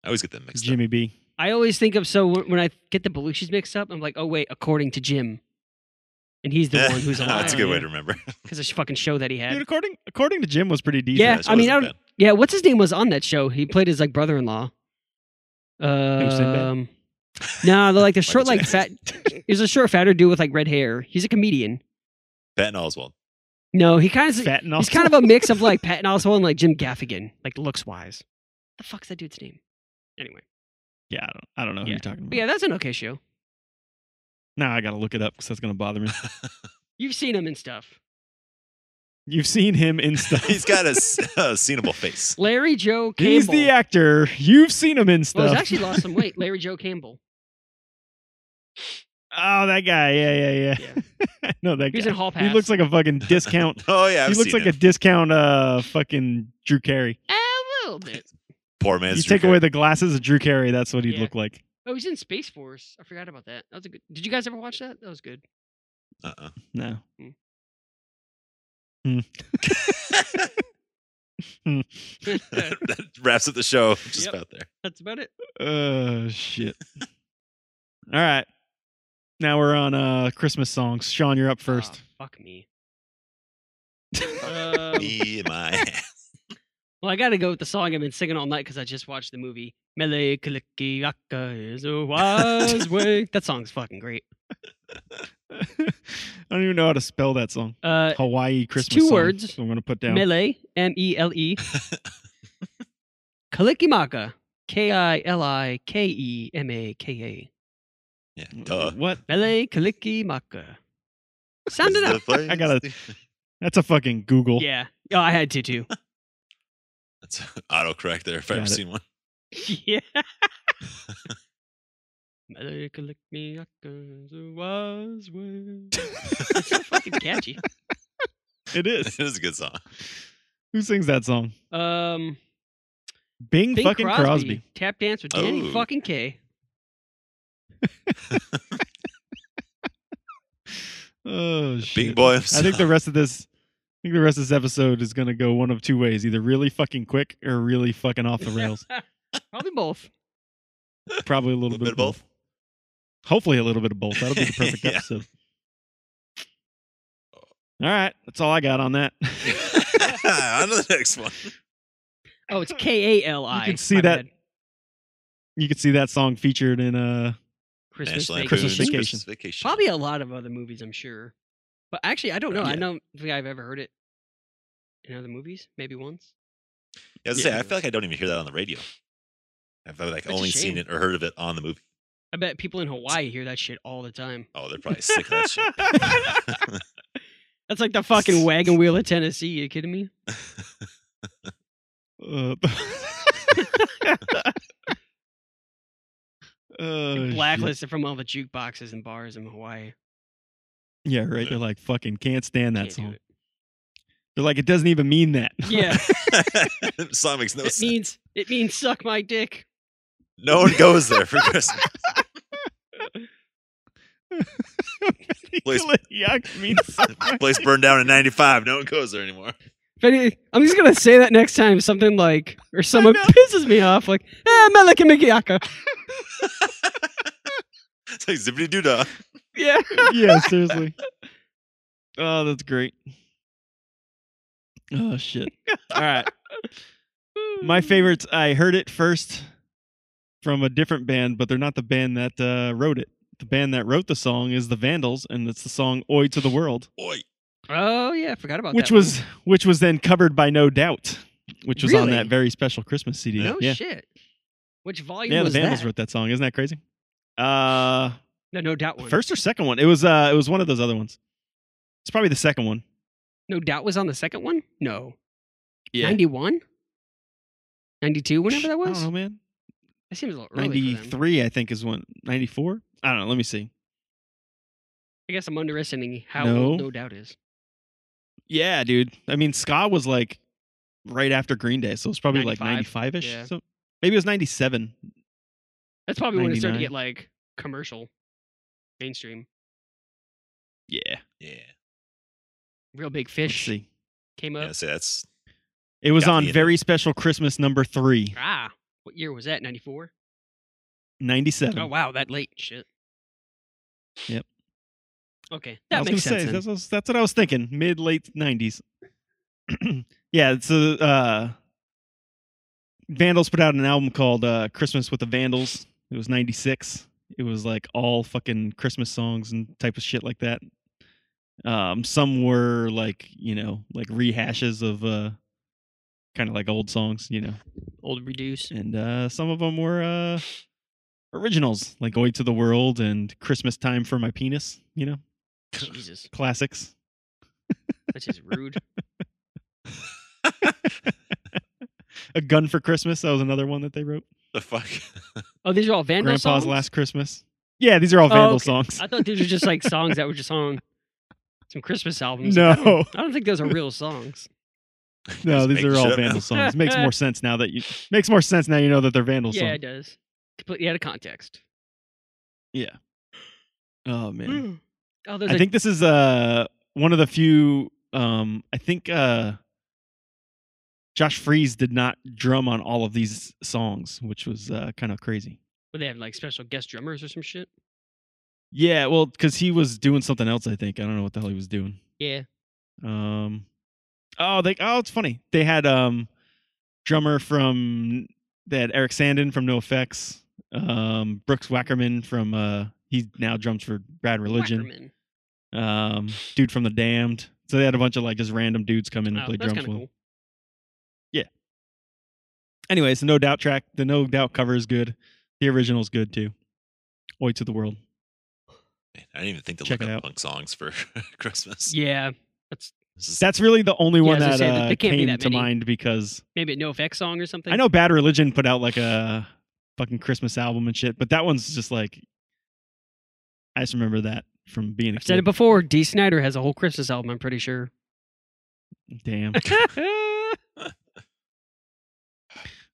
Speaker 1: always get them mixed
Speaker 2: Jimmy B.
Speaker 3: I always think of so when when I get the Belushis mixed up, I'm like, oh wait, according to Jim, and he's
Speaker 1: up.
Speaker 3: the one who's alive.
Speaker 1: That's a good way
Speaker 2: yeah.
Speaker 1: to remember.
Speaker 3: because of fucking show that he
Speaker 2: Dude,
Speaker 3: had.
Speaker 2: according according to Jim, was pretty decent.
Speaker 3: Yeah,
Speaker 1: that
Speaker 3: I mean, I
Speaker 1: wasn't
Speaker 3: don't- Yeah, what's his name was on that show? He played his like brother-in-law.
Speaker 2: Sinbad?
Speaker 3: Um, no, they're like the short, like fat. He's a short, fatter dude with like red hair. He's a comedian.
Speaker 1: bad. Patton Oswald.
Speaker 3: No, he kind of
Speaker 2: Fat and all.
Speaker 3: he's kind of a mix of like Patton Oswalt and like Jim Gaffigan, like looks wise. The fuck's that dude's name? Anyway,
Speaker 2: yeah, I don't, I don't know who you're talking about.
Speaker 3: but yeah, that's an okay show.
Speaker 2: Now I gotta look it up because that's gonna bother me.
Speaker 3: You've seen him and stuff.
Speaker 2: You've seen him in stuff.
Speaker 1: He's got a, s- a seenable face.
Speaker 3: Larry Joe Campbell.
Speaker 2: He's the actor. You've seen him in
Speaker 3: well,
Speaker 2: stuff.
Speaker 3: he's actually lost some weight. Larry Joe Campbell.
Speaker 2: oh, that guy. Yeah, yeah, yeah. no, that
Speaker 3: He was
Speaker 2: guy.
Speaker 3: in Hall Pass.
Speaker 2: He looks like a fucking discount.
Speaker 1: Oh yeah, I've
Speaker 2: he looks
Speaker 1: seen
Speaker 2: like
Speaker 1: him.
Speaker 2: a discount. Uh, fucking Drew Carey.
Speaker 3: a little bit.
Speaker 1: poor man's.
Speaker 2: you
Speaker 1: Drew
Speaker 2: take away
Speaker 1: Carey.
Speaker 2: the glasses of Drew Carey, that's what he'd
Speaker 3: Yeah.
Speaker 2: look like.
Speaker 3: Oh, he's in Space Force. I forgot about that. That was a good. Did you guys ever watch that? That was good.
Speaker 1: Uh-uh.
Speaker 2: No.
Speaker 1: that wraps up the show. Just
Speaker 3: Yep.
Speaker 1: about there.
Speaker 3: That's about it.
Speaker 2: Oh shit. All right. Now we're on uh Christmas songs. Sean, you're up first.
Speaker 3: Ah, fuck me. Um,
Speaker 1: Me and my ass.
Speaker 3: well, I got to go with the song I've been singing all night because I just watched the movie. Mele Kalikiyaka is a wise way. That song's fucking great.
Speaker 2: I don't even know how to spell that song.
Speaker 3: Ah. Uh,
Speaker 2: Hawaii Christmas.
Speaker 3: two
Speaker 2: song.
Speaker 3: words.
Speaker 2: So I'm gonna put down.
Speaker 3: Mele, M E L E. Kalikimaka, K I L I K E M A K
Speaker 1: Yeah, duh.
Speaker 2: Uh, What?
Speaker 3: A. Mele Kalikimaka. Sound it
Speaker 1: This is
Speaker 3: up.
Speaker 1: the place.
Speaker 2: I gotta- That's a fucking Google.
Speaker 3: Yeah. Oh, I had to too.
Speaker 1: That's autocorrect there. If I've
Speaker 2: Got
Speaker 1: ever
Speaker 2: it.
Speaker 1: seen one.
Speaker 3: yeah. Melody lick me up as a wise wind. It's so fucking catchy.
Speaker 2: It
Speaker 1: it
Speaker 2: is.
Speaker 1: is a good song.
Speaker 2: Who sings that song?
Speaker 3: Um,
Speaker 2: Bing,
Speaker 3: Bing
Speaker 2: fucking
Speaker 3: Crosby,
Speaker 2: Crosby.
Speaker 3: Tap dance with Danny
Speaker 1: Oh.
Speaker 3: fucking K.
Speaker 2: Oh shit.
Speaker 1: Big boy.
Speaker 2: I think the rest of this I think the rest of this episode is gonna go one of two ways, either really fucking quick or really fucking off the rails.
Speaker 3: Probably both.
Speaker 2: Probably a little,
Speaker 1: Little
Speaker 2: bit, of both. Hopefully a little bit of both. That'll be the perfect
Speaker 1: Yeah.
Speaker 2: episode. All right. That's all I got on that. you
Speaker 1: on to the next one.
Speaker 3: Oh, it's K A L I.
Speaker 2: You can see
Speaker 3: My
Speaker 2: that-
Speaker 3: bad.
Speaker 2: could see that song featured in uh
Speaker 3: Christmas
Speaker 1: National
Speaker 3: Vacation.
Speaker 2: Christmas
Speaker 1: Lampoon's
Speaker 2: Vacation.
Speaker 1: Christmas Vacation.
Speaker 3: Probably a lot of other movies, I'm sure. But actually, I don't know. I
Speaker 1: Yeah.
Speaker 3: don't think I've ever heard it in other movies. Maybe once.
Speaker 1: Yeah, I was
Speaker 2: Yeah.
Speaker 1: gonna say, I feel like I don't even hear that on the radio. I've like
Speaker 3: That's a
Speaker 1: only seen
Speaker 3: shame.
Speaker 1: it or heard of it on the movie.
Speaker 3: I bet people in Hawaii hear that shit all the time.
Speaker 1: Oh, they're probably sick of that shit.
Speaker 3: That's like the fucking wagon wheel of Tennessee. You kidding me?
Speaker 2: Uh, Oh,
Speaker 3: You're
Speaker 2: shit.
Speaker 3: blacklisted from all the jukeboxes and bars in Hawaii.
Speaker 2: Yeah, right. They're like fucking can't stand that
Speaker 3: Can't do
Speaker 2: song.
Speaker 3: it.
Speaker 2: They're like it doesn't even mean that.
Speaker 3: Yeah,
Speaker 1: song makes no
Speaker 3: it
Speaker 1: sense.
Speaker 3: means it means suck my dick.
Speaker 1: no one goes there for Christmas. Place-
Speaker 2: Yuck means so much.
Speaker 1: Place burned down in '95. No one goes there anymore.
Speaker 3: If any, I'm just gonna say that next time something like or someone
Speaker 2: know.
Speaker 3: pisses me off like ah Malika Mikiaka.
Speaker 1: It's like zippity doo dah.
Speaker 3: Yeah.
Speaker 2: yeah, seriously. Oh, that's great. Oh shit. All right. My favorites, I heard it first from a different band, but they're not the band that uh, wrote it. The band that wrote the song is the Vandals, and it's the song Oi to the World.
Speaker 1: Boy,
Speaker 3: Oh yeah, I forgot about
Speaker 2: which
Speaker 3: that. one.
Speaker 2: was which was then covered by No Doubt, which was on
Speaker 3: Really?
Speaker 2: that very special Christmas CD.
Speaker 3: no
Speaker 2: yeah,
Speaker 3: shit. Which volume
Speaker 2: yeah, the
Speaker 3: was
Speaker 2: Vandals
Speaker 3: that?
Speaker 2: wrote that song. Isn't that crazy? Uh,
Speaker 3: No, no doubt one.
Speaker 2: first or second one? It was uh, it was one of those other ones. It's probably the second one.
Speaker 3: no doubt was on the second one. No,
Speaker 2: Yeah,
Speaker 3: ninety one, ninety two, whenever that
Speaker 2: I
Speaker 3: was.
Speaker 2: don't know, man.
Speaker 3: That seems a little early.
Speaker 2: Ninety
Speaker 3: Ninety three.
Speaker 2: three, I think, is one. Ninety four? I don't know. Let me see.
Speaker 3: I guess I'm underestimating how
Speaker 2: No.
Speaker 3: old no doubt is.
Speaker 2: Yeah, dude. I mean, Scott was like right after Green Day, so it's probably like
Speaker 3: 95,
Speaker 2: ninety five ish.
Speaker 3: yeah.
Speaker 2: So maybe it was ninety seven.
Speaker 3: That's probably when it started
Speaker 2: 99.
Speaker 3: to get like commercial, mainstream,
Speaker 2: Yeah.
Speaker 1: yeah.
Speaker 3: real big
Speaker 2: Let's
Speaker 3: fish
Speaker 2: see.
Speaker 3: came
Speaker 1: yeah
Speaker 3: up.
Speaker 1: I say that's
Speaker 2: It was
Speaker 1: Got
Speaker 2: on
Speaker 1: me in
Speaker 2: very special Christmas number three,
Speaker 3: Ah, what year was that? Ninety four.
Speaker 2: 97.
Speaker 3: Oh wow, that late shit.
Speaker 2: Yep.
Speaker 3: Okay,
Speaker 2: I
Speaker 3: that
Speaker 2: was
Speaker 3: makes
Speaker 2: gonna
Speaker 3: sense.
Speaker 2: Say,
Speaker 3: then.
Speaker 2: that's, what- that's what I was thinking. Mid late nineties. yeah, so uh, Vandals put out an album called uh, "Christmas with the Vandals." It was ninety six. It was like all fucking Christmas songs and type of shit like that. Um, some were like you know like rehashes of uh, kind of like old songs, you know,
Speaker 3: Old reduce.
Speaker 2: and uh, some of them were uh, originals like "Oi to the World" and "Christmas Time for My Penis," you know,
Speaker 3: Jesus,
Speaker 2: classics.
Speaker 3: that's just rude.
Speaker 2: A Gun for Christmas. That was another one that they wrote.
Speaker 1: the fuck.
Speaker 3: Oh, these are all Vandal
Speaker 2: Grandpa's
Speaker 3: songs.
Speaker 2: Last Christmas. Yeah, these are all
Speaker 3: Oh,
Speaker 2: Vandal
Speaker 3: okay.
Speaker 2: songs.
Speaker 3: I thought these were just like songs that were just on some Christmas albums.
Speaker 2: No.
Speaker 3: I don't, I don't think those are real songs.
Speaker 2: no,
Speaker 1: Just
Speaker 2: these
Speaker 1: making
Speaker 2: are
Speaker 1: shit
Speaker 2: all
Speaker 1: up now.
Speaker 2: Vandal songs. Makes more sense now that you makes more sense now you know that they're Vandal
Speaker 3: yeah, it
Speaker 2: songs.
Speaker 3: does. Completely out of context.
Speaker 2: Yeah. Oh man.
Speaker 3: Mm. Oh, there's
Speaker 2: I
Speaker 3: a-
Speaker 2: think this is uh one of the few um I think uh Josh Freeze did not drum on all of these songs, which was uh, kind of crazy.
Speaker 3: well, they have like special guest drummers or some shit.
Speaker 2: Yeah, well, because he was doing something else, I think. I don't know what the hell he was doing.
Speaker 3: Yeah.
Speaker 2: Um, oh, they oh, it's funny. They had um, drummer from they had Eric Sandin from No Effects, um, Brooks Wackerman from uh, he now drums for Bad Religion,
Speaker 3: Wackerman.
Speaker 2: um, dude from The Damned. So they had a bunch of like just random dudes come in and
Speaker 3: Oh,
Speaker 2: play
Speaker 3: that's
Speaker 2: drums.
Speaker 3: kind of
Speaker 2: With. them.
Speaker 3: cool.
Speaker 2: Anyway, it's the No Doubt track. The No Doubt cover is good. The original's good too. Oi to the world.
Speaker 1: Man, I didn't even think to
Speaker 2: Check
Speaker 1: look
Speaker 2: it
Speaker 1: up
Speaker 2: out.
Speaker 1: punk songs for Christmas.
Speaker 3: Yeah. That's
Speaker 1: This is-
Speaker 2: That's really the only one
Speaker 3: Yeah, I was
Speaker 2: that
Speaker 3: gonna say,
Speaker 2: uh,
Speaker 3: there can't be
Speaker 2: came
Speaker 3: that
Speaker 2: to
Speaker 3: many.
Speaker 2: mind because
Speaker 3: maybe a no effect song or something.
Speaker 2: I know Bad Religion put out like a fucking Christmas album and shit, but that one's just like I just remember that from being a
Speaker 3: I've said it
Speaker 2: kid.
Speaker 3: before. D. Snyder has a whole Christmas album. I'm pretty sure.
Speaker 2: Damn.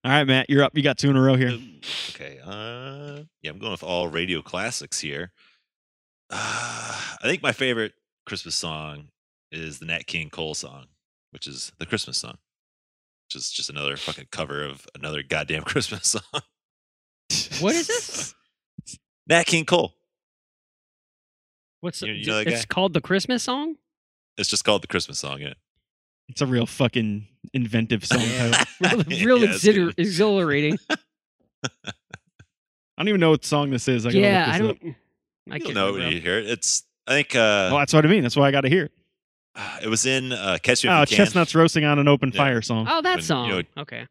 Speaker 2: All right, Matt, you're up. You got two in a row here.
Speaker 1: Um, Okay. Uh, yeah, I'm going with all radio classics here. Uh, I think my favorite Christmas song is the Nat King Cole song, which is the Christmas song, which is just another fucking cover of another goddamn Christmas song.
Speaker 3: What is this?
Speaker 1: Nat King Cole.
Speaker 3: What's
Speaker 1: You- you
Speaker 3: d-
Speaker 1: know that
Speaker 3: it's
Speaker 1: guy?
Speaker 3: called the Christmas song?
Speaker 1: It's just called the Christmas song. Yeah.
Speaker 2: It's a real fucking inventive song title.
Speaker 3: Real, real
Speaker 1: Yeah, it's good.
Speaker 3: exhilar- exhilarating.
Speaker 2: I don't even know what song this is. I gotta look
Speaker 3: yeah,
Speaker 2: this
Speaker 3: I
Speaker 2: Up.
Speaker 3: don't. I
Speaker 1: You'll
Speaker 3: can't
Speaker 1: know
Speaker 3: remember.
Speaker 1: when you hear it. It's. I think uh,
Speaker 2: Well, that's what I mean. That's why I got to hear. it.
Speaker 1: it was in uh, Catch Me If
Speaker 2: Oh,
Speaker 1: You Can.
Speaker 2: chestnuts roasting on an open
Speaker 1: Yeah.
Speaker 2: fire song.
Speaker 3: Oh, that
Speaker 1: When, you
Speaker 3: song.
Speaker 1: know,
Speaker 3: okay,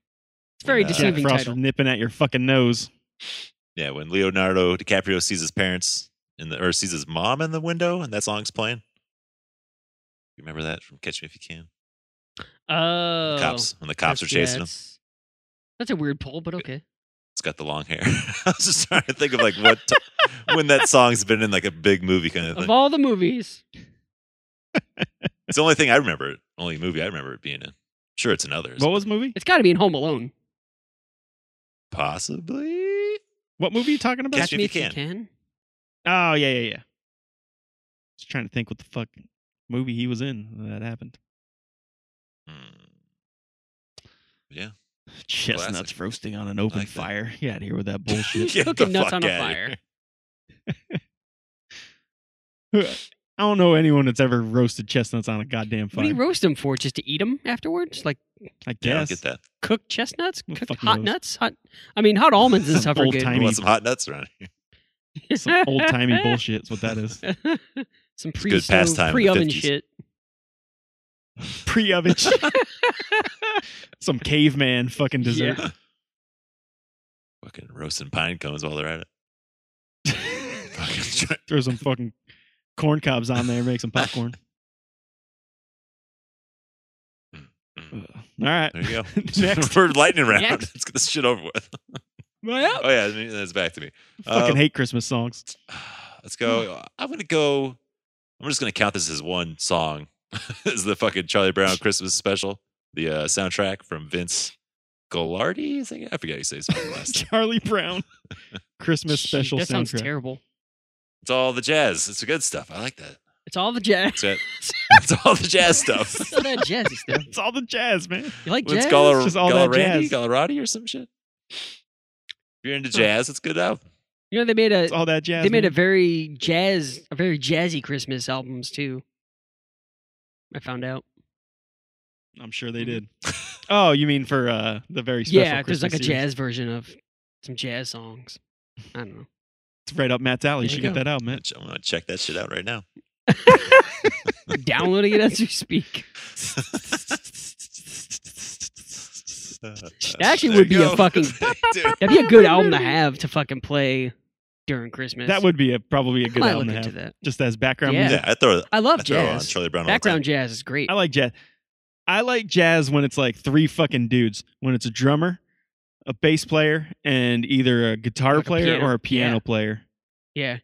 Speaker 3: it's very
Speaker 1: when, uh,
Speaker 2: Jack
Speaker 3: deceiving
Speaker 2: Frost
Speaker 3: title.
Speaker 2: nipping at your fucking nose.
Speaker 1: Yeah, when Leonardo DiCaprio sees his parents in the or sees his mom in the window, and that song's playing. You remember that from Catch Me If You Can?
Speaker 3: Oh,
Speaker 1: The cops when the cops are
Speaker 3: that's- yeah,
Speaker 1: chasing him,
Speaker 3: that's- That's a weird poll, but okay.
Speaker 1: it's got the long hair. I was just trying to think of like what t- when that song's been in like a big movie kind of
Speaker 3: Of
Speaker 1: thing.
Speaker 3: all the movies,
Speaker 1: it's the only thing I remember. It, only movie I remember it being in. Sure, it's in others.
Speaker 2: What was the movie?
Speaker 3: it's got to be in Home Alone.
Speaker 1: Possibly.
Speaker 2: What movie are you talking about?
Speaker 1: Catch Me If You
Speaker 2: Oh, yeah, yeah, yeah. Just trying to think what the fuck movie he was in that happened.
Speaker 1: Hmm.
Speaker 2: Chestnuts
Speaker 1: Classic.
Speaker 2: roasting on an open
Speaker 1: Like that.
Speaker 2: fire. Get out of here with that bullshit.
Speaker 1: Get the
Speaker 3: Cooking nuts
Speaker 1: fuck
Speaker 3: on a
Speaker 1: outta
Speaker 3: fire.
Speaker 1: here.
Speaker 2: I don't know anyone that's ever roasted chestnuts on a goddamn
Speaker 3: What do
Speaker 2: fire.
Speaker 3: you roast them for? Just to eat them afterwards? Like
Speaker 2: I
Speaker 1: Yeah, I don't
Speaker 2: guess.
Speaker 1: get that.
Speaker 3: cooked chestnuts,
Speaker 2: Who
Speaker 3: cooked
Speaker 2: fucking
Speaker 3: hot
Speaker 2: knows?
Speaker 3: nuts, hot. I mean, hot almonds and
Speaker 2: Some
Speaker 3: stuff are good.
Speaker 1: I
Speaker 2: old-timey-
Speaker 1: want some hot nuts around here.
Speaker 2: Some old timey bullshit is what that is.
Speaker 3: Some
Speaker 1: good
Speaker 3: pre
Speaker 1: pastime in the
Speaker 3: pre oven
Speaker 1: 50s.
Speaker 3: shit.
Speaker 2: Pre oven. Some caveman fucking dessert.
Speaker 3: Yeah.
Speaker 1: Fucking roasting pine cones while they're at it. Fucking try-
Speaker 2: Throw some fucking corn cobs on there, make some popcorn. Ugh. All right.
Speaker 1: There you go.
Speaker 2: Mm. Next.
Speaker 1: We're lightning round.
Speaker 3: Next.
Speaker 1: Let's get this shit over with.
Speaker 3: Well,
Speaker 1: Oh yeah, I mean, that's back to me.
Speaker 2: fucking
Speaker 1: Um,
Speaker 2: hate Mm. Christmas songs.
Speaker 1: Let's go. I'm gonna go. I'm just gonna count this as one song. this is the fucking Charlie Brown Christmas special, the uh, soundtrack from Vince Golardi. Is that- I forget how you say his fucking last. name.
Speaker 2: Charlie Brown. Christmas
Speaker 3: shoot,
Speaker 2: special
Speaker 3: That sounds
Speaker 2: soundtrack.
Speaker 3: terrible.
Speaker 1: It's all the jazz. It's the good stuff. I like that.
Speaker 3: It's all the jazz.
Speaker 1: It's, got- it's all the jazz stuff.
Speaker 3: It's all that jazzy stuff.
Speaker 2: It's all the jazz, man.
Speaker 3: You like
Speaker 1: It's
Speaker 3: jazz?
Speaker 1: Galar-
Speaker 2: just all that
Speaker 1: Gallarandi,
Speaker 2: jazz.
Speaker 1: Gallarati, or some shit. If you're into jazz, it's good album.
Speaker 3: You know they made a
Speaker 2: It's all that jazz.
Speaker 3: they made a
Speaker 2: man.
Speaker 3: very jazz a very jazzy Christmas albums too. I found out.
Speaker 2: I'm sure they did. Oh, you mean for uh, the very special
Speaker 3: Mm-hmm. yeah, there's like a
Speaker 2: Christmas series.
Speaker 3: jazz version of some jazz songs. I don't know.
Speaker 2: It's right up Matt's alley. You
Speaker 3: There
Speaker 2: should
Speaker 3: you
Speaker 2: get
Speaker 3: go.
Speaker 2: that out,
Speaker 1: I'm
Speaker 2: man.
Speaker 1: gonna ch- I'm gonna check that shit out right now.
Speaker 3: I'm downloading it as we speak. That actually
Speaker 1: There
Speaker 3: would be
Speaker 1: you go.
Speaker 3: a fucking
Speaker 1: Dude,
Speaker 3: that'd be a good album to have to fucking play during Christmas.
Speaker 2: That would be a probably a
Speaker 3: I
Speaker 2: good
Speaker 3: might
Speaker 2: album
Speaker 3: look
Speaker 2: to
Speaker 3: into
Speaker 2: have.
Speaker 3: that.
Speaker 2: Just as background
Speaker 3: Yeah.
Speaker 2: music.
Speaker 1: yeah, I throw,
Speaker 3: I
Speaker 1: I
Speaker 3: love
Speaker 1: throw on
Speaker 3: jazz.
Speaker 1: Charlie Brown. all the time.
Speaker 3: Background jazz is great.
Speaker 2: I like jazz. I like jazz when it's like three fucking dudes. When it's a drummer, a bass player, and either a guitar
Speaker 3: Like a
Speaker 2: player
Speaker 3: piano-
Speaker 2: or a piano
Speaker 3: yeah.
Speaker 2: player.
Speaker 3: yeah,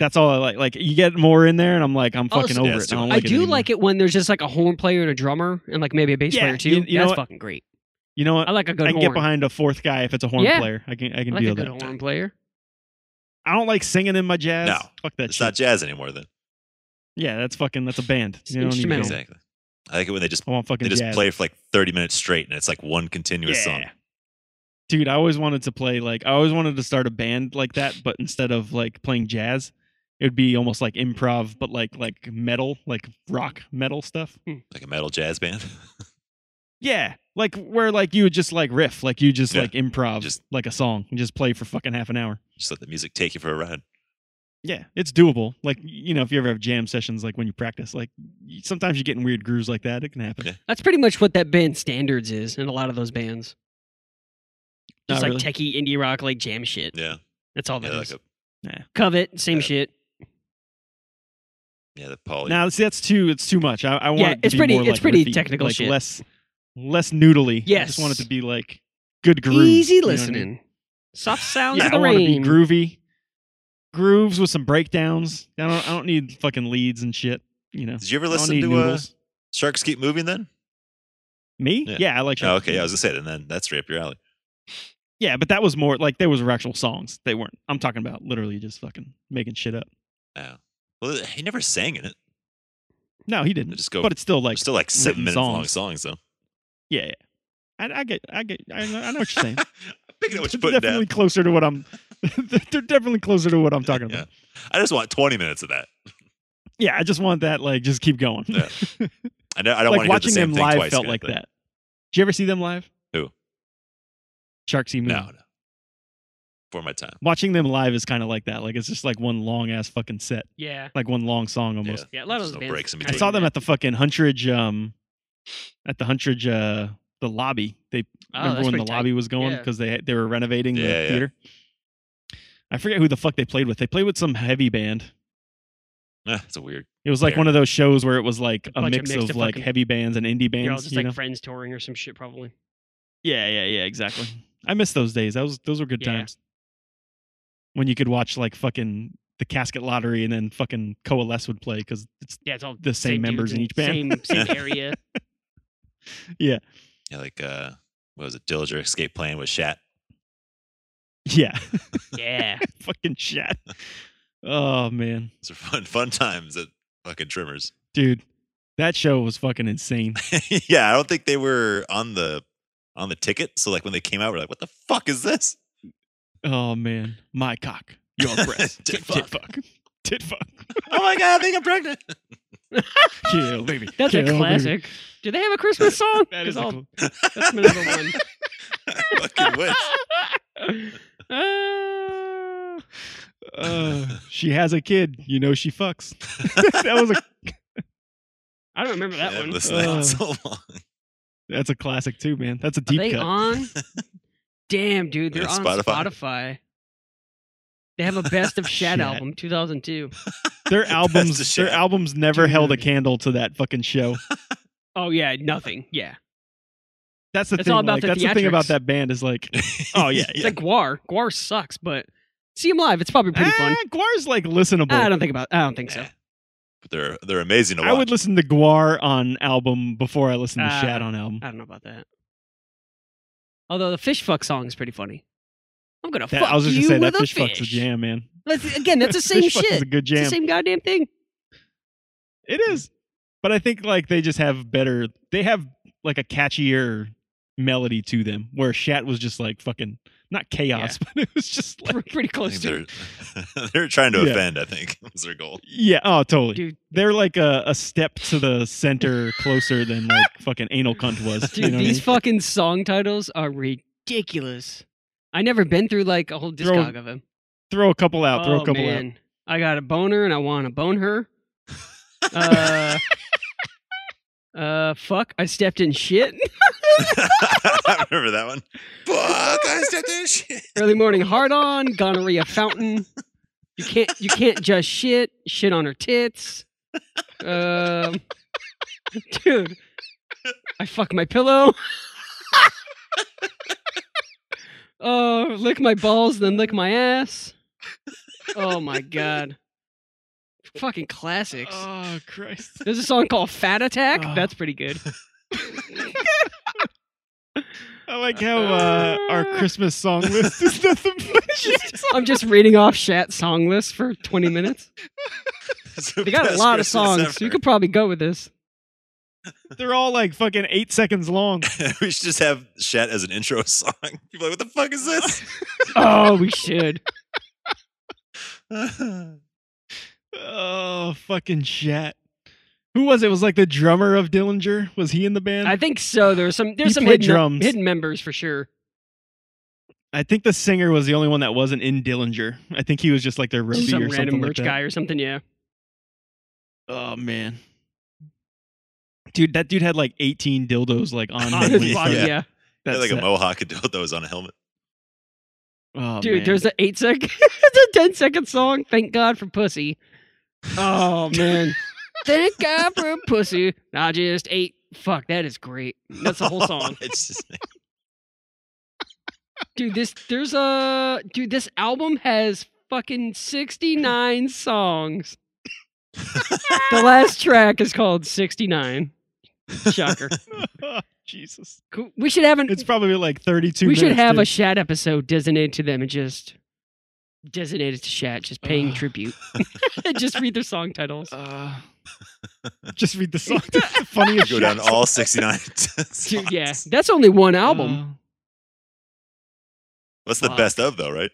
Speaker 2: That's all I like. Like you get more in there, and I'm like, I'm
Speaker 3: Also-
Speaker 2: fucking
Speaker 1: Yeah,
Speaker 2: over
Speaker 1: it's
Speaker 2: it.
Speaker 1: too
Speaker 2: I, don't
Speaker 1: much.
Speaker 3: Oh, I
Speaker 2: like it
Speaker 3: do
Speaker 2: anymore.
Speaker 3: like it when there's just like a horn player and a drummer and like maybe a bass
Speaker 2: Yeah,
Speaker 3: player too.
Speaker 2: you- you know
Speaker 3: That's
Speaker 2: what?
Speaker 3: fucking great.
Speaker 2: You know what?
Speaker 3: I like a good
Speaker 2: I can
Speaker 3: horn.
Speaker 2: get behind a fourth guy if it's a horn
Speaker 3: Yeah.
Speaker 2: player. I can I
Speaker 3: I
Speaker 2: can
Speaker 3: like
Speaker 2: deal
Speaker 3: a
Speaker 2: with
Speaker 3: good
Speaker 2: that.
Speaker 3: horn player.
Speaker 2: I don't like singing in my jazz.
Speaker 1: No.
Speaker 2: fuck that
Speaker 1: It's
Speaker 2: shit.
Speaker 1: not jazz anymore then.
Speaker 2: yeah, that's fucking that's a band.
Speaker 3: It's
Speaker 2: You don't need
Speaker 3: instrumental.
Speaker 2: band.
Speaker 1: Exactly. I like it when they just
Speaker 2: I want fucking
Speaker 1: they just
Speaker 2: jazz.
Speaker 1: play for like 30 minutes straight and it's like one continuous song.
Speaker 2: Dude, I always wanted to play like I always wanted to start a band like that, but instead of like playing jazz, it would be almost like improv, but like like metal, like rock metal stuff.
Speaker 1: Like a metal jazz band.
Speaker 2: Yeah, like where like you would just like riff, like you just
Speaker 1: Yeah.
Speaker 2: like improv,
Speaker 1: Just-
Speaker 2: like a song, and just play for fucking half an hour.
Speaker 1: just let the music take you for a ride.
Speaker 2: Yeah, it's doable. Like you know, if you ever have jam sessions, like when you practice, like y- sometimes you get in weird grooves like that. It can happen.
Speaker 1: Yeah.
Speaker 3: That's pretty much what that band standards is in a lot of those bands.
Speaker 2: Not
Speaker 3: Just like
Speaker 2: really.
Speaker 3: techie indie rock, like jam shit.
Speaker 1: Yeah.
Speaker 3: That's all that
Speaker 1: Yeah,
Speaker 3: is.
Speaker 1: like a,
Speaker 3: Covet, same
Speaker 1: Yeah.
Speaker 3: shit.
Speaker 1: yeah the Paul.
Speaker 2: Now, see, that's too. It's too much. I, I want
Speaker 3: Yeah,
Speaker 2: it to
Speaker 3: it's
Speaker 2: be
Speaker 3: pretty-
Speaker 2: more,
Speaker 3: it's
Speaker 2: like,
Speaker 3: pretty
Speaker 2: riffy,
Speaker 3: technical
Speaker 2: like
Speaker 3: shit.
Speaker 2: less, less noodly. I
Speaker 3: Yes.
Speaker 2: just want it to be like good groove,
Speaker 3: Easy
Speaker 2: you know what I mean?
Speaker 3: listening. Soft sounds
Speaker 2: yeah,
Speaker 3: of the
Speaker 2: I want to be
Speaker 3: rain.
Speaker 2: groovy. grooves with some breakdowns. I don't I don't need fucking leads and shit. You know,
Speaker 1: Did you ever
Speaker 2: I don't
Speaker 1: listen
Speaker 2: need
Speaker 1: to uh,
Speaker 2: noodles.
Speaker 1: Sharks Keep Moving then?
Speaker 2: Me?
Speaker 1: Yeah.
Speaker 2: Yeah. I like.
Speaker 1: Oh,
Speaker 2: Shark
Speaker 1: okay,
Speaker 2: Tank.
Speaker 1: I was gonna say, and then that's right up your alley.
Speaker 2: Yeah, but that was more like there was actual songs. They weren't. I'm talking about literally just fucking making shit up.
Speaker 1: Yeah. Well, he never sang in it.
Speaker 2: No, he
Speaker 1: They
Speaker 2: didn't.
Speaker 1: just go.
Speaker 2: but it's still
Speaker 1: they're
Speaker 2: like,
Speaker 1: still like seven
Speaker 2: written
Speaker 1: minutes long songs
Speaker 2: songs.
Speaker 1: though.
Speaker 2: yeah, yeah. I, I get, I get, I know, I know what you're saying.
Speaker 1: Picking up what you're
Speaker 2: They're
Speaker 1: putting
Speaker 2: definitely
Speaker 1: down.
Speaker 2: closer to what I'm. they're definitely closer to what I'm talking
Speaker 1: Yeah.
Speaker 2: about.
Speaker 1: I just want twenty minutes of that.
Speaker 2: Yeah. I just want that. Like, just keep going.
Speaker 1: Yeah. I know. I don't
Speaker 2: like
Speaker 1: want to
Speaker 2: watching
Speaker 1: hear the same
Speaker 2: them
Speaker 1: thing
Speaker 2: live
Speaker 1: twice.
Speaker 2: felt
Speaker 1: kinda
Speaker 2: like
Speaker 1: thing.
Speaker 2: that. Did you ever see them live?
Speaker 1: Who?
Speaker 2: Sharksy Moon.
Speaker 1: No, no. For my time.
Speaker 2: Watching them live is kind of like that. Like it's just like one long ass fucking set,
Speaker 3: Yeah.
Speaker 2: like one long song almost.
Speaker 3: Yeah, a lot of
Speaker 1: There's
Speaker 3: those
Speaker 1: no
Speaker 3: bands
Speaker 1: breaks in
Speaker 3: kinda
Speaker 2: I
Speaker 1: between.
Speaker 2: saw them at the fucking Huntridge, um, at the Huntridge, uh, the lobby. They
Speaker 3: Oh,
Speaker 2: remember when
Speaker 3: that's
Speaker 2: the
Speaker 3: pretty tight.
Speaker 2: lobby was going
Speaker 3: Yeah.
Speaker 2: because they they were renovating the
Speaker 1: Yeah, yeah.
Speaker 2: theater. I forget who the fuck they played with. They played with some heavy band.
Speaker 1: Eh, it's a weird.
Speaker 2: It was like
Speaker 1: Fair.
Speaker 2: one of those shows where it was like a,
Speaker 3: bunch of
Speaker 2: mix
Speaker 3: mixed
Speaker 2: of,
Speaker 3: of
Speaker 2: like
Speaker 3: fucking-
Speaker 2: heavy bands and indie
Speaker 3: They're all
Speaker 2: bands.
Speaker 3: just
Speaker 2: you
Speaker 3: like
Speaker 2: know?
Speaker 3: friends touring or some shit probably.
Speaker 2: Yeah, yeah, yeah, exactly. I miss those days. That was those were good
Speaker 3: Yeah.
Speaker 2: times. When you could watch like fucking the casket lottery and then fucking coalesce would play because it's
Speaker 3: Yeah, it's all
Speaker 2: The same
Speaker 3: dudes
Speaker 2: members in each band.
Speaker 3: Same, same area.
Speaker 1: Yeah, like uh, what was it? Dillinger escape plan with Shat.
Speaker 2: yeah,
Speaker 3: Yeah.
Speaker 2: fucking chat. Oh man,
Speaker 1: Those are fun, fun times at fucking Trimmers.
Speaker 2: dude, that show was fucking insane.
Speaker 1: yeah, I don't think they were on the on the ticket. So like when they came out, we're like, what the fuck is this?
Speaker 2: Oh man, my cock, your breast,
Speaker 1: Tit
Speaker 2: tit, tit fuck, tit fuck,
Speaker 1: Oh my god, I think I'm pregnant.
Speaker 2: kill baby.
Speaker 3: That's
Speaker 2: kill,
Speaker 3: a
Speaker 2: baby.
Speaker 3: classic. Do they have a Christmas song?
Speaker 2: That is a
Speaker 3: Because I'll-
Speaker 2: cool-
Speaker 3: that's my number one.
Speaker 1: I fucking wish.
Speaker 3: Uh,
Speaker 2: Uh, she has a kid. You know she fucks. that was a
Speaker 3: I don't remember that
Speaker 1: I haven't
Speaker 3: one.
Speaker 1: listened to that
Speaker 2: Uh,
Speaker 1: in so long.
Speaker 2: that's a classic too, man. That's a
Speaker 3: Are
Speaker 2: deep
Speaker 3: they
Speaker 2: cut.
Speaker 3: on? Damn, dude, they're
Speaker 1: Yeah,
Speaker 3: on
Speaker 1: Spotify.
Speaker 3: Spotify. They have a best of Shed
Speaker 2: Shit.
Speaker 3: album, 2002.
Speaker 2: Their
Speaker 1: That's the
Speaker 2: albums,
Speaker 1: shit.
Speaker 2: their albums never held a
Speaker 3: Dude.
Speaker 2: candle to that fucking show.
Speaker 3: Oh yeah, nothing. Yeah,
Speaker 2: That's the
Speaker 3: It's
Speaker 2: thing.
Speaker 3: all about
Speaker 2: like,
Speaker 3: the
Speaker 2: that's the thing about
Speaker 3: theatrics.
Speaker 2: that band is like, oh yeah,
Speaker 3: it's
Speaker 2: yeah.
Speaker 3: like Guar. Guar sucks, but see him live. It's probably pretty fun.
Speaker 2: Ah, Guar's like listenable.
Speaker 3: I
Speaker 2: I,
Speaker 3: don't think about. I don't think so.
Speaker 1: Yeah. But they're they're amazing to watch.
Speaker 2: would listen to Guar on album before I listen to
Speaker 3: Ah.
Speaker 2: Shad on album.
Speaker 3: I don't know about that. Although the fish fuck song is pretty funny. I'm gonna
Speaker 2: That-
Speaker 3: fuck
Speaker 2: I was just
Speaker 3: you
Speaker 2: gonna say that
Speaker 3: with
Speaker 2: fish,
Speaker 3: a fish.
Speaker 2: fucks a jam, man.
Speaker 3: That's- again, that's the same
Speaker 2: Fish Fucks is
Speaker 3: shit.
Speaker 2: a good
Speaker 3: It's
Speaker 2: jam.
Speaker 3: the same goddamn thing.
Speaker 2: It is. But I think like they just have better they have like a catchier melody to them where Shat was just like fucking not chaos, but it was just like
Speaker 3: Pretty
Speaker 1: I
Speaker 3: close
Speaker 1: think
Speaker 3: to.
Speaker 1: they're, they're trying to
Speaker 2: Yeah.
Speaker 1: offend, I think, was their goal.
Speaker 2: Yeah, oh totally.
Speaker 3: Dude.
Speaker 2: They're like a, a step to the center closer than like fucking anal cunt was.
Speaker 3: Dude,
Speaker 2: you know what I
Speaker 3: these
Speaker 2: mean?
Speaker 3: fucking song titles are ridiculous. I never been through like a whole
Speaker 2: Throw-
Speaker 3: discog of him.
Speaker 2: throw a couple out,
Speaker 3: Oh,
Speaker 2: throw a couple out.
Speaker 3: I got a boner and I want to bone her. Uh, uh, fuck! I stepped in shit.
Speaker 1: I remember that one. Fuck, I stepped in shit.
Speaker 3: Early morning hard on. Gonorrhea fountain. You can't. You can't just shit. Shit on her tits. Um, dude, I fuck my pillow. Oh, lick my balls, then lick my ass. Oh my god. Fucking classics.
Speaker 2: Oh Christ.
Speaker 3: There's a song called Fat Attack.
Speaker 2: Oh.
Speaker 3: That's pretty good.
Speaker 2: I like how uh, our Christmas song list is nothing but shit.
Speaker 3: I'm just reading off Shat song list for 20 minutes.
Speaker 1: It's the
Speaker 3: They got a
Speaker 1: best
Speaker 3: lot of
Speaker 1: Christmas
Speaker 3: songs. So you
Speaker 1: ever.
Speaker 3: could probably go with this.
Speaker 2: They're all like fucking eight seconds long.
Speaker 1: we should just have Shat as an intro song. People are like, what the fuck is this?
Speaker 3: Oh, we should.
Speaker 2: Oh fucking Shat. Who was it? It Was like the drummer of Dillinger? Was he in the band?
Speaker 3: I think so. There's some
Speaker 2: He
Speaker 3: there's some
Speaker 2: played
Speaker 3: hidden,
Speaker 2: drums.
Speaker 3: hidden members for sure.
Speaker 2: I think the singer was the only one that wasn't in Dillinger. I think he was just like their roadie
Speaker 3: Just some
Speaker 2: or
Speaker 3: random
Speaker 2: something like
Speaker 3: merch
Speaker 2: that.
Speaker 3: guy or something, yeah.
Speaker 2: Oh man, dude, that dude had like 18 dildos like on
Speaker 3: On
Speaker 2: him when he
Speaker 3: his body,
Speaker 2: started
Speaker 3: yeah.
Speaker 1: Yeah.
Speaker 2: that
Speaker 1: Had like a
Speaker 2: set.
Speaker 1: mohawk and dildos on a helmet.
Speaker 2: Oh,
Speaker 3: Dude,
Speaker 2: man.
Speaker 3: there's an eight second it's a 10 second song. Thank God for pussy. Oh man. Thank God for pussy. I just ate. Fuck, that is great. That's the whole song.
Speaker 1: it's just,
Speaker 3: dude this there's a dude this album has fucking 69 songs. the last track is called 69. Shocker.
Speaker 2: Jesus.
Speaker 3: Cool. We should have an
Speaker 2: It's probably like 32
Speaker 3: we should
Speaker 2: minutes,
Speaker 3: have a
Speaker 2: dude.
Speaker 3: Shat episode designated to them and just designated to Shat, just paying tribute. just read their song titles.
Speaker 2: Uh,
Speaker 3: Uh.
Speaker 2: just read the song. That's the funniest
Speaker 1: Go down
Speaker 2: shit.
Speaker 1: all 69.
Speaker 3: Dude, yeah,
Speaker 1: songs.
Speaker 3: that's only one album.
Speaker 1: What's the
Speaker 3: fuck.
Speaker 1: best of, though, right?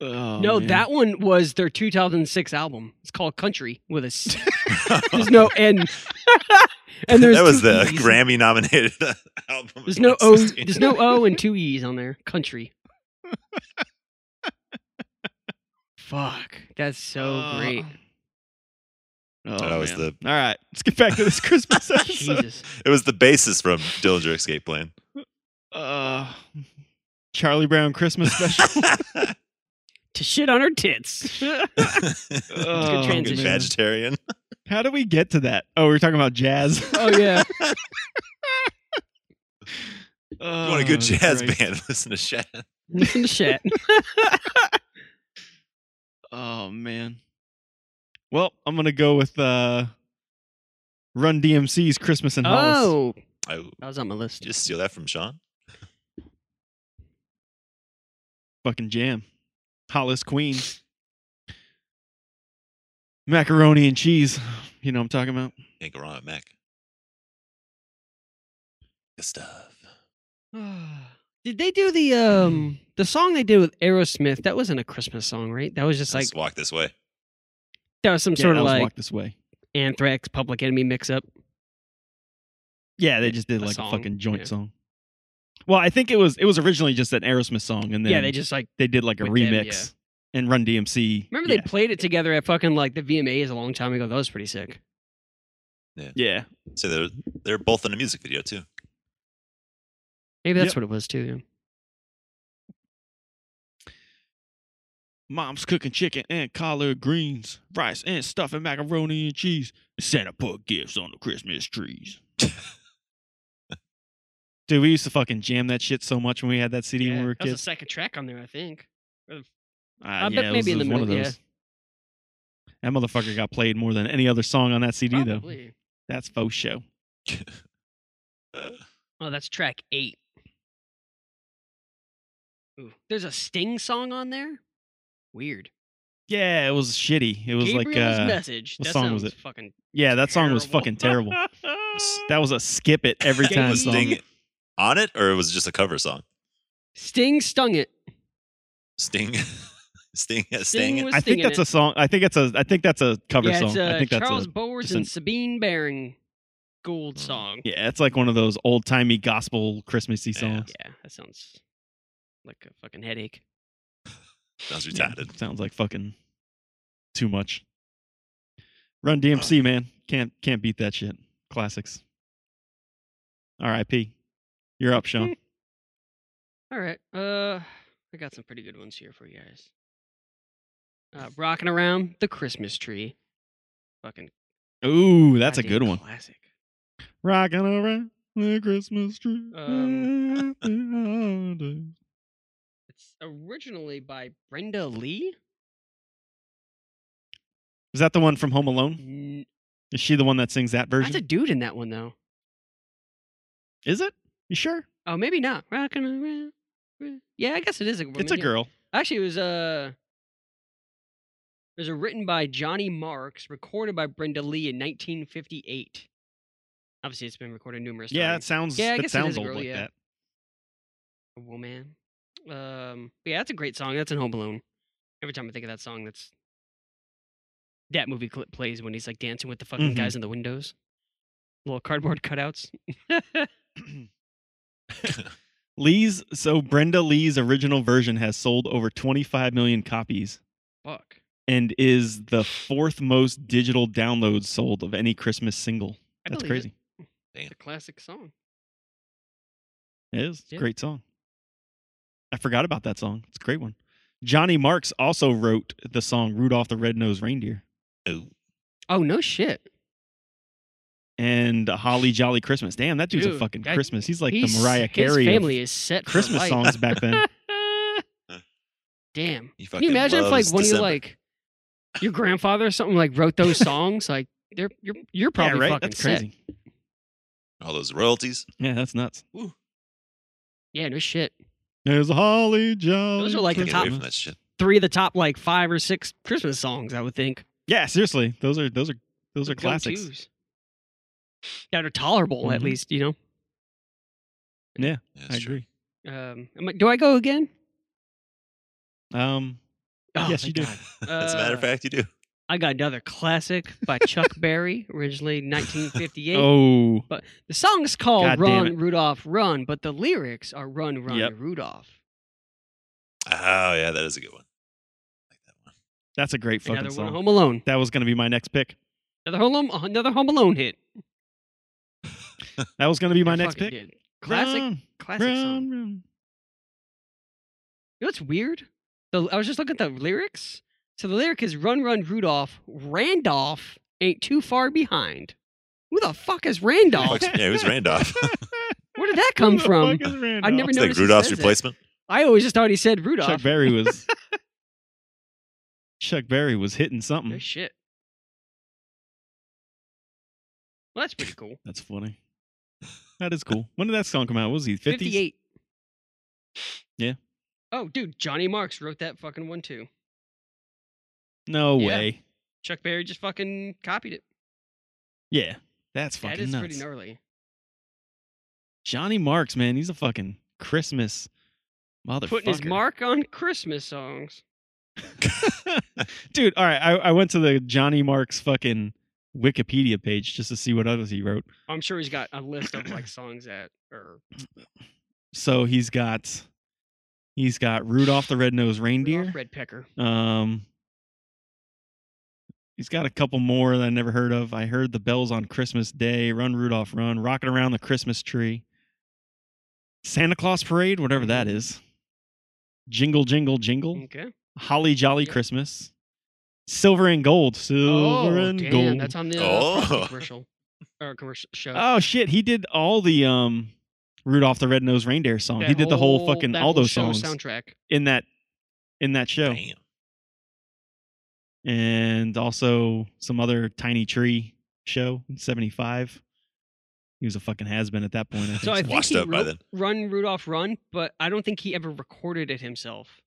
Speaker 2: Uh, oh,
Speaker 3: no,
Speaker 2: man.
Speaker 3: that one was their 2006 album. It's called Country with a. s- there's no N. and there's
Speaker 1: that was
Speaker 3: two
Speaker 1: the
Speaker 3: E's.
Speaker 1: Grammy nominated album. of
Speaker 3: There's no O.
Speaker 1: 2016.
Speaker 3: There's no O and two E's on there. Country. Fuck, that's so
Speaker 2: Uh,
Speaker 3: great.
Speaker 2: Oh,
Speaker 1: That was
Speaker 2: man.
Speaker 1: the-
Speaker 2: All right, let's get back to this Christmas episode.
Speaker 3: Jesus,
Speaker 1: It was the basis from Dillinger Escape Plan.
Speaker 2: Uh, Charlie Brown Christmas special.
Speaker 3: Oh, to shit on her tits.
Speaker 2: Oh,
Speaker 3: transition.
Speaker 2: man.
Speaker 1: Vegetarian.
Speaker 2: How do we get to that? Oh, we were talking about jazz.
Speaker 3: oh yeah.
Speaker 1: you want a good
Speaker 2: Oh,
Speaker 1: jazz
Speaker 2: Christ.
Speaker 1: band? Listen to Shat.
Speaker 3: Listen to shit.
Speaker 2: Oh man. Well, I'm gonna go with uh, Run DMC's "Christmas in Hollis."
Speaker 3: Oh,
Speaker 1: I did
Speaker 3: that was on my list.
Speaker 1: you just steal that from Sean.
Speaker 2: fucking jam. Hollis Queens. Macaroni and cheese. You know what I'm talking about?
Speaker 1: Can't go wrong with Mac. Good stuff.
Speaker 3: did they do the um
Speaker 2: Hmm.
Speaker 3: the song they did with Aerosmith? That wasn't a Christmas song, right? That was just like
Speaker 1: Let's walk this way.
Speaker 3: that was some
Speaker 2: Yeah,
Speaker 3: sort
Speaker 2: that
Speaker 3: of
Speaker 2: was
Speaker 3: like
Speaker 2: walk this way.
Speaker 3: Anthrax, Public Enemy mix up.
Speaker 2: Yeah, they just did
Speaker 3: a
Speaker 2: like
Speaker 3: song,
Speaker 2: a fucking joint
Speaker 3: yeah.
Speaker 2: song. Well, I think it was it was originally just an Aerosmith song, and then
Speaker 3: Yeah, they just like
Speaker 2: they did like a
Speaker 3: with them,
Speaker 2: remix and Run DMC.
Speaker 3: remember
Speaker 2: yeah.
Speaker 3: they played it together at fucking like the VMAs a long time ago. That was pretty sick.
Speaker 2: Yeah,
Speaker 1: So they're they're both in a music video too.
Speaker 3: Maybe that's
Speaker 2: Yep.
Speaker 3: what it was too.
Speaker 2: mom's cooking chicken and collard greens, rice and stuffing macaroni and cheese. Santa put gifts on the Christmas trees. Dude, we used to fucking jam that shit so much when we had that CD
Speaker 3: Yeah.
Speaker 2: when we were
Speaker 3: that was the
Speaker 2: kids.
Speaker 3: second track on there, I think.
Speaker 2: Uh,
Speaker 3: I bet
Speaker 2: it
Speaker 3: maybe in the
Speaker 2: one of
Speaker 3: middle, yeah.
Speaker 2: those. That motherfucker got played more than any other song on that CD, though.
Speaker 3: Probably.
Speaker 2: That's faux show.
Speaker 3: Oh, that's track eight. Ooh, there's a Sting song on there. Weird.
Speaker 2: Yeah, it was shitty. It was
Speaker 3: Gabriel's
Speaker 2: like, uh,
Speaker 3: message.
Speaker 2: what
Speaker 3: that
Speaker 2: song was
Speaker 3: sounds
Speaker 2: it?
Speaker 3: Fucking
Speaker 2: yeah, that song was
Speaker 3: terrible.
Speaker 2: fucking terrible. that was a skip it every
Speaker 3: Gay
Speaker 2: time
Speaker 1: was
Speaker 2: song.
Speaker 1: Sting on it, or it was just a cover song?
Speaker 3: Sting stung it.
Speaker 1: Sting, Sting, Sting.
Speaker 3: Sting was
Speaker 2: I think
Speaker 3: stinging
Speaker 2: that's
Speaker 3: it.
Speaker 2: a song. I think it's a. I think that's a cover
Speaker 3: yeah,
Speaker 2: song.
Speaker 3: It's, uh,
Speaker 2: I think that's
Speaker 3: Charles
Speaker 2: a. Mm,
Speaker 3: Bowers
Speaker 2: just
Speaker 3: and
Speaker 2: an-
Speaker 3: Sabine Baring Gould
Speaker 1: Hmm.
Speaker 3: song.
Speaker 2: Yeah, it's like one of those old timey gospel Christmassy
Speaker 1: Yeah.
Speaker 2: songs.
Speaker 3: Yeah, that sounds like a fucking headache.
Speaker 1: Sounds
Speaker 2: Yeah,
Speaker 1: retarded.
Speaker 2: sounds like fucking too much. Run DMC, man. Can't can't beat that shit. Classics. R.I.P. You're up, Sean.
Speaker 3: All right, uh, I got some pretty good ones here for you guys. Uh, rocking around the Christmas tree, fucking.
Speaker 2: Ooh, that's a
Speaker 3: goddamn
Speaker 2: good one.
Speaker 3: Classic.
Speaker 2: Rocking around the Christmas tree.
Speaker 3: Um,
Speaker 2: Happy holidays.
Speaker 3: It's originally by Brenda Lee.
Speaker 2: Is that the one from Home Alone?
Speaker 3: N-
Speaker 2: Is she the one that sings that
Speaker 3: That's a
Speaker 2: Mm-hmm. version?
Speaker 3: dude in that one though.
Speaker 2: Is it? You sure?
Speaker 3: Oh, maybe not. Rocking around. Yeah, I guess it is a woman.
Speaker 2: It's a
Speaker 3: yeah.
Speaker 2: girl.
Speaker 3: Actually, it was uh, it was uh, written by Johnny Marks, recorded by Brenda Lee in 1958. Obviously, it's been recorded numerous
Speaker 2: Yeah, it
Speaker 3: times.
Speaker 2: sounds.
Speaker 3: Yeah, I
Speaker 2: that
Speaker 3: guess it
Speaker 2: sounds
Speaker 3: is a
Speaker 2: old
Speaker 3: girl,
Speaker 2: like
Speaker 3: yeah.
Speaker 2: that.
Speaker 3: Yeah, woman. Um, but yeah, that's a great song. That's in Home Alone. Every time I think of that song, that's that movie clip plays when he's like dancing with the fucking
Speaker 2: Mhm.
Speaker 3: guys in the windows, little cardboard cutouts.
Speaker 2: Lee's so Brenda Lee's original version has sold over 25 million copies
Speaker 3: Fuck.
Speaker 2: and is the fourth most digital downloads sold of any Christmas single.
Speaker 3: I
Speaker 2: That's
Speaker 3: believe it.
Speaker 2: crazy.
Speaker 3: It's a classic song.
Speaker 2: It is. It's a
Speaker 3: Yeah.
Speaker 2: Great song. I forgot about that song. It's a great one. Johnny Marks also wrote the song Rudolph the Red-Nosed Reindeer
Speaker 1: Ooh.
Speaker 3: Oh no shit.
Speaker 2: and Holly Jolly Christmas. Damn, that dude's a
Speaker 3: Dude,
Speaker 2: fucking
Speaker 3: that-
Speaker 2: Christmas. He's like
Speaker 3: He's-
Speaker 2: the Mariah Carey
Speaker 3: His
Speaker 2: of
Speaker 3: family is set for
Speaker 2: Christmas
Speaker 3: life.
Speaker 2: songs back then.
Speaker 3: Damn.
Speaker 1: He
Speaker 3: Can you imagine if like
Speaker 1: loves
Speaker 3: one of you
Speaker 1: December.
Speaker 3: like your grandfather or something like wrote those songs? Like they're you're you're probably
Speaker 2: yeah, right?
Speaker 3: fucking
Speaker 2: That's
Speaker 3: set.
Speaker 2: crazy.
Speaker 1: all those royalties?
Speaker 2: Yeah, that's nuts.
Speaker 3: Yeah, no shit.
Speaker 2: There's a holly jolly.
Speaker 3: Those are like the
Speaker 1: Get
Speaker 3: top-
Speaker 1: away from that shit.
Speaker 3: Three of the top like five or six Christmas songs, I would think.
Speaker 2: Yeah, seriously, those are those are those are
Speaker 3: Go-tos.
Speaker 2: classics.
Speaker 3: That are tolerable at
Speaker 2: Mhm.
Speaker 3: least, you
Speaker 1: Yeah,
Speaker 2: I
Speaker 1: that's true.
Speaker 2: agree.
Speaker 3: know. Um am I- do I go again?
Speaker 2: Um,
Speaker 3: Oh,
Speaker 2: Yes, you
Speaker 3: thank
Speaker 2: do.
Speaker 3: God.
Speaker 1: As a matter of
Speaker 3: Uh,
Speaker 1: fact, you do.
Speaker 3: I got another classic by Chuck Berry, originally 1958.
Speaker 2: oh,
Speaker 3: The song's called
Speaker 2: God damn
Speaker 3: Run
Speaker 2: it.
Speaker 3: Rudolph Run, but the lyrics are Run Run
Speaker 2: Yep.
Speaker 3: Rudolph.
Speaker 1: Oh yeah, that is a good one. I like that one.
Speaker 2: that's a great fucking
Speaker 3: Another
Speaker 2: song.
Speaker 3: one Home Alone.
Speaker 2: That was gonna be my next pick.
Speaker 3: Another Home Alone, another Home Alone hit.
Speaker 2: That was gonna be my
Speaker 3: It
Speaker 2: next
Speaker 3: fucking
Speaker 2: pick.
Speaker 3: did. Classic,
Speaker 2: Run,
Speaker 3: classic song.
Speaker 2: run, run.
Speaker 3: You know what's weird? The, I was just looking at the lyrics. So the lyric is "Run, run, Rudolph. Randolph ain't too far behind." Who the fuck is Randolph?
Speaker 1: Fuck's- yeah, it was Randolph.
Speaker 3: Where did that come
Speaker 2: Who the
Speaker 3: from?
Speaker 2: fuck is
Speaker 3: I never
Speaker 1: It's
Speaker 3: knew.
Speaker 1: like Rudolph's
Speaker 3: says it.
Speaker 1: replacement.
Speaker 3: I always just thought he said Rudolph.
Speaker 2: Chuck Berry was. Chuck Berry was hitting
Speaker 3: No
Speaker 2: something.
Speaker 3: shit. Well, that's pretty cool.
Speaker 2: That's funny. That is cool. When did that song come out? What was he? 50s?
Speaker 3: Fifty-eight.
Speaker 2: Yeah.
Speaker 3: Oh, dude, Johnny Marks wrote that fucking one too.
Speaker 2: No
Speaker 3: Yeah.
Speaker 2: way.
Speaker 3: Chuck Berry just fucking copied it.
Speaker 2: Yeah, that's fucking
Speaker 3: that is
Speaker 2: nuts.
Speaker 3: pretty gnarly.
Speaker 2: Johnny Marks, man, he's a fucking Christmas motherfucker.
Speaker 3: Putting his mark on Christmas songs.
Speaker 2: Dude, all right. I, I went to the Johnny Marks fucking Wikipedia page just to see what others he wrote.
Speaker 3: I'm sure he's got a list of like songs that are
Speaker 2: So he's got he's got Rudolph the Red-Nosed Reindeer.
Speaker 3: Rudolph Red Pecker.
Speaker 2: Um He's got a couple more that I never heard of. I heard the bells on Christmas Day, Run Rudolph Run, Rocking Around the Christmas Tree, Santa Claus Parade, whatever that
Speaker 3: Mm-hmm.
Speaker 2: is. Jingle Jingle Jingle.
Speaker 3: Okay.
Speaker 2: Holly Jolly
Speaker 3: Yep.
Speaker 2: Christmas, Silver and Gold, Silver
Speaker 3: oh,
Speaker 2: and
Speaker 3: damn,
Speaker 2: Gold.
Speaker 3: that's on the uh,
Speaker 1: Oh.
Speaker 3: Frosty commercial or commercial show.
Speaker 2: oh shit, he did all the um Rudolph the Red-Nosed Reindeer song.
Speaker 3: That
Speaker 2: Oh, he did the whole fucking
Speaker 3: that
Speaker 2: all
Speaker 3: whole
Speaker 2: those
Speaker 3: show
Speaker 2: songs
Speaker 3: soundtrack.
Speaker 2: in that in that show,
Speaker 1: Damn.
Speaker 2: and also some other Tiny Tree show in '75. He was a fucking has been at that point. I think
Speaker 3: So I think
Speaker 1: Washed
Speaker 3: he
Speaker 1: up by
Speaker 3: wrote
Speaker 1: then.
Speaker 3: Run Rudolph Run, but I don't think he ever recorded it himself.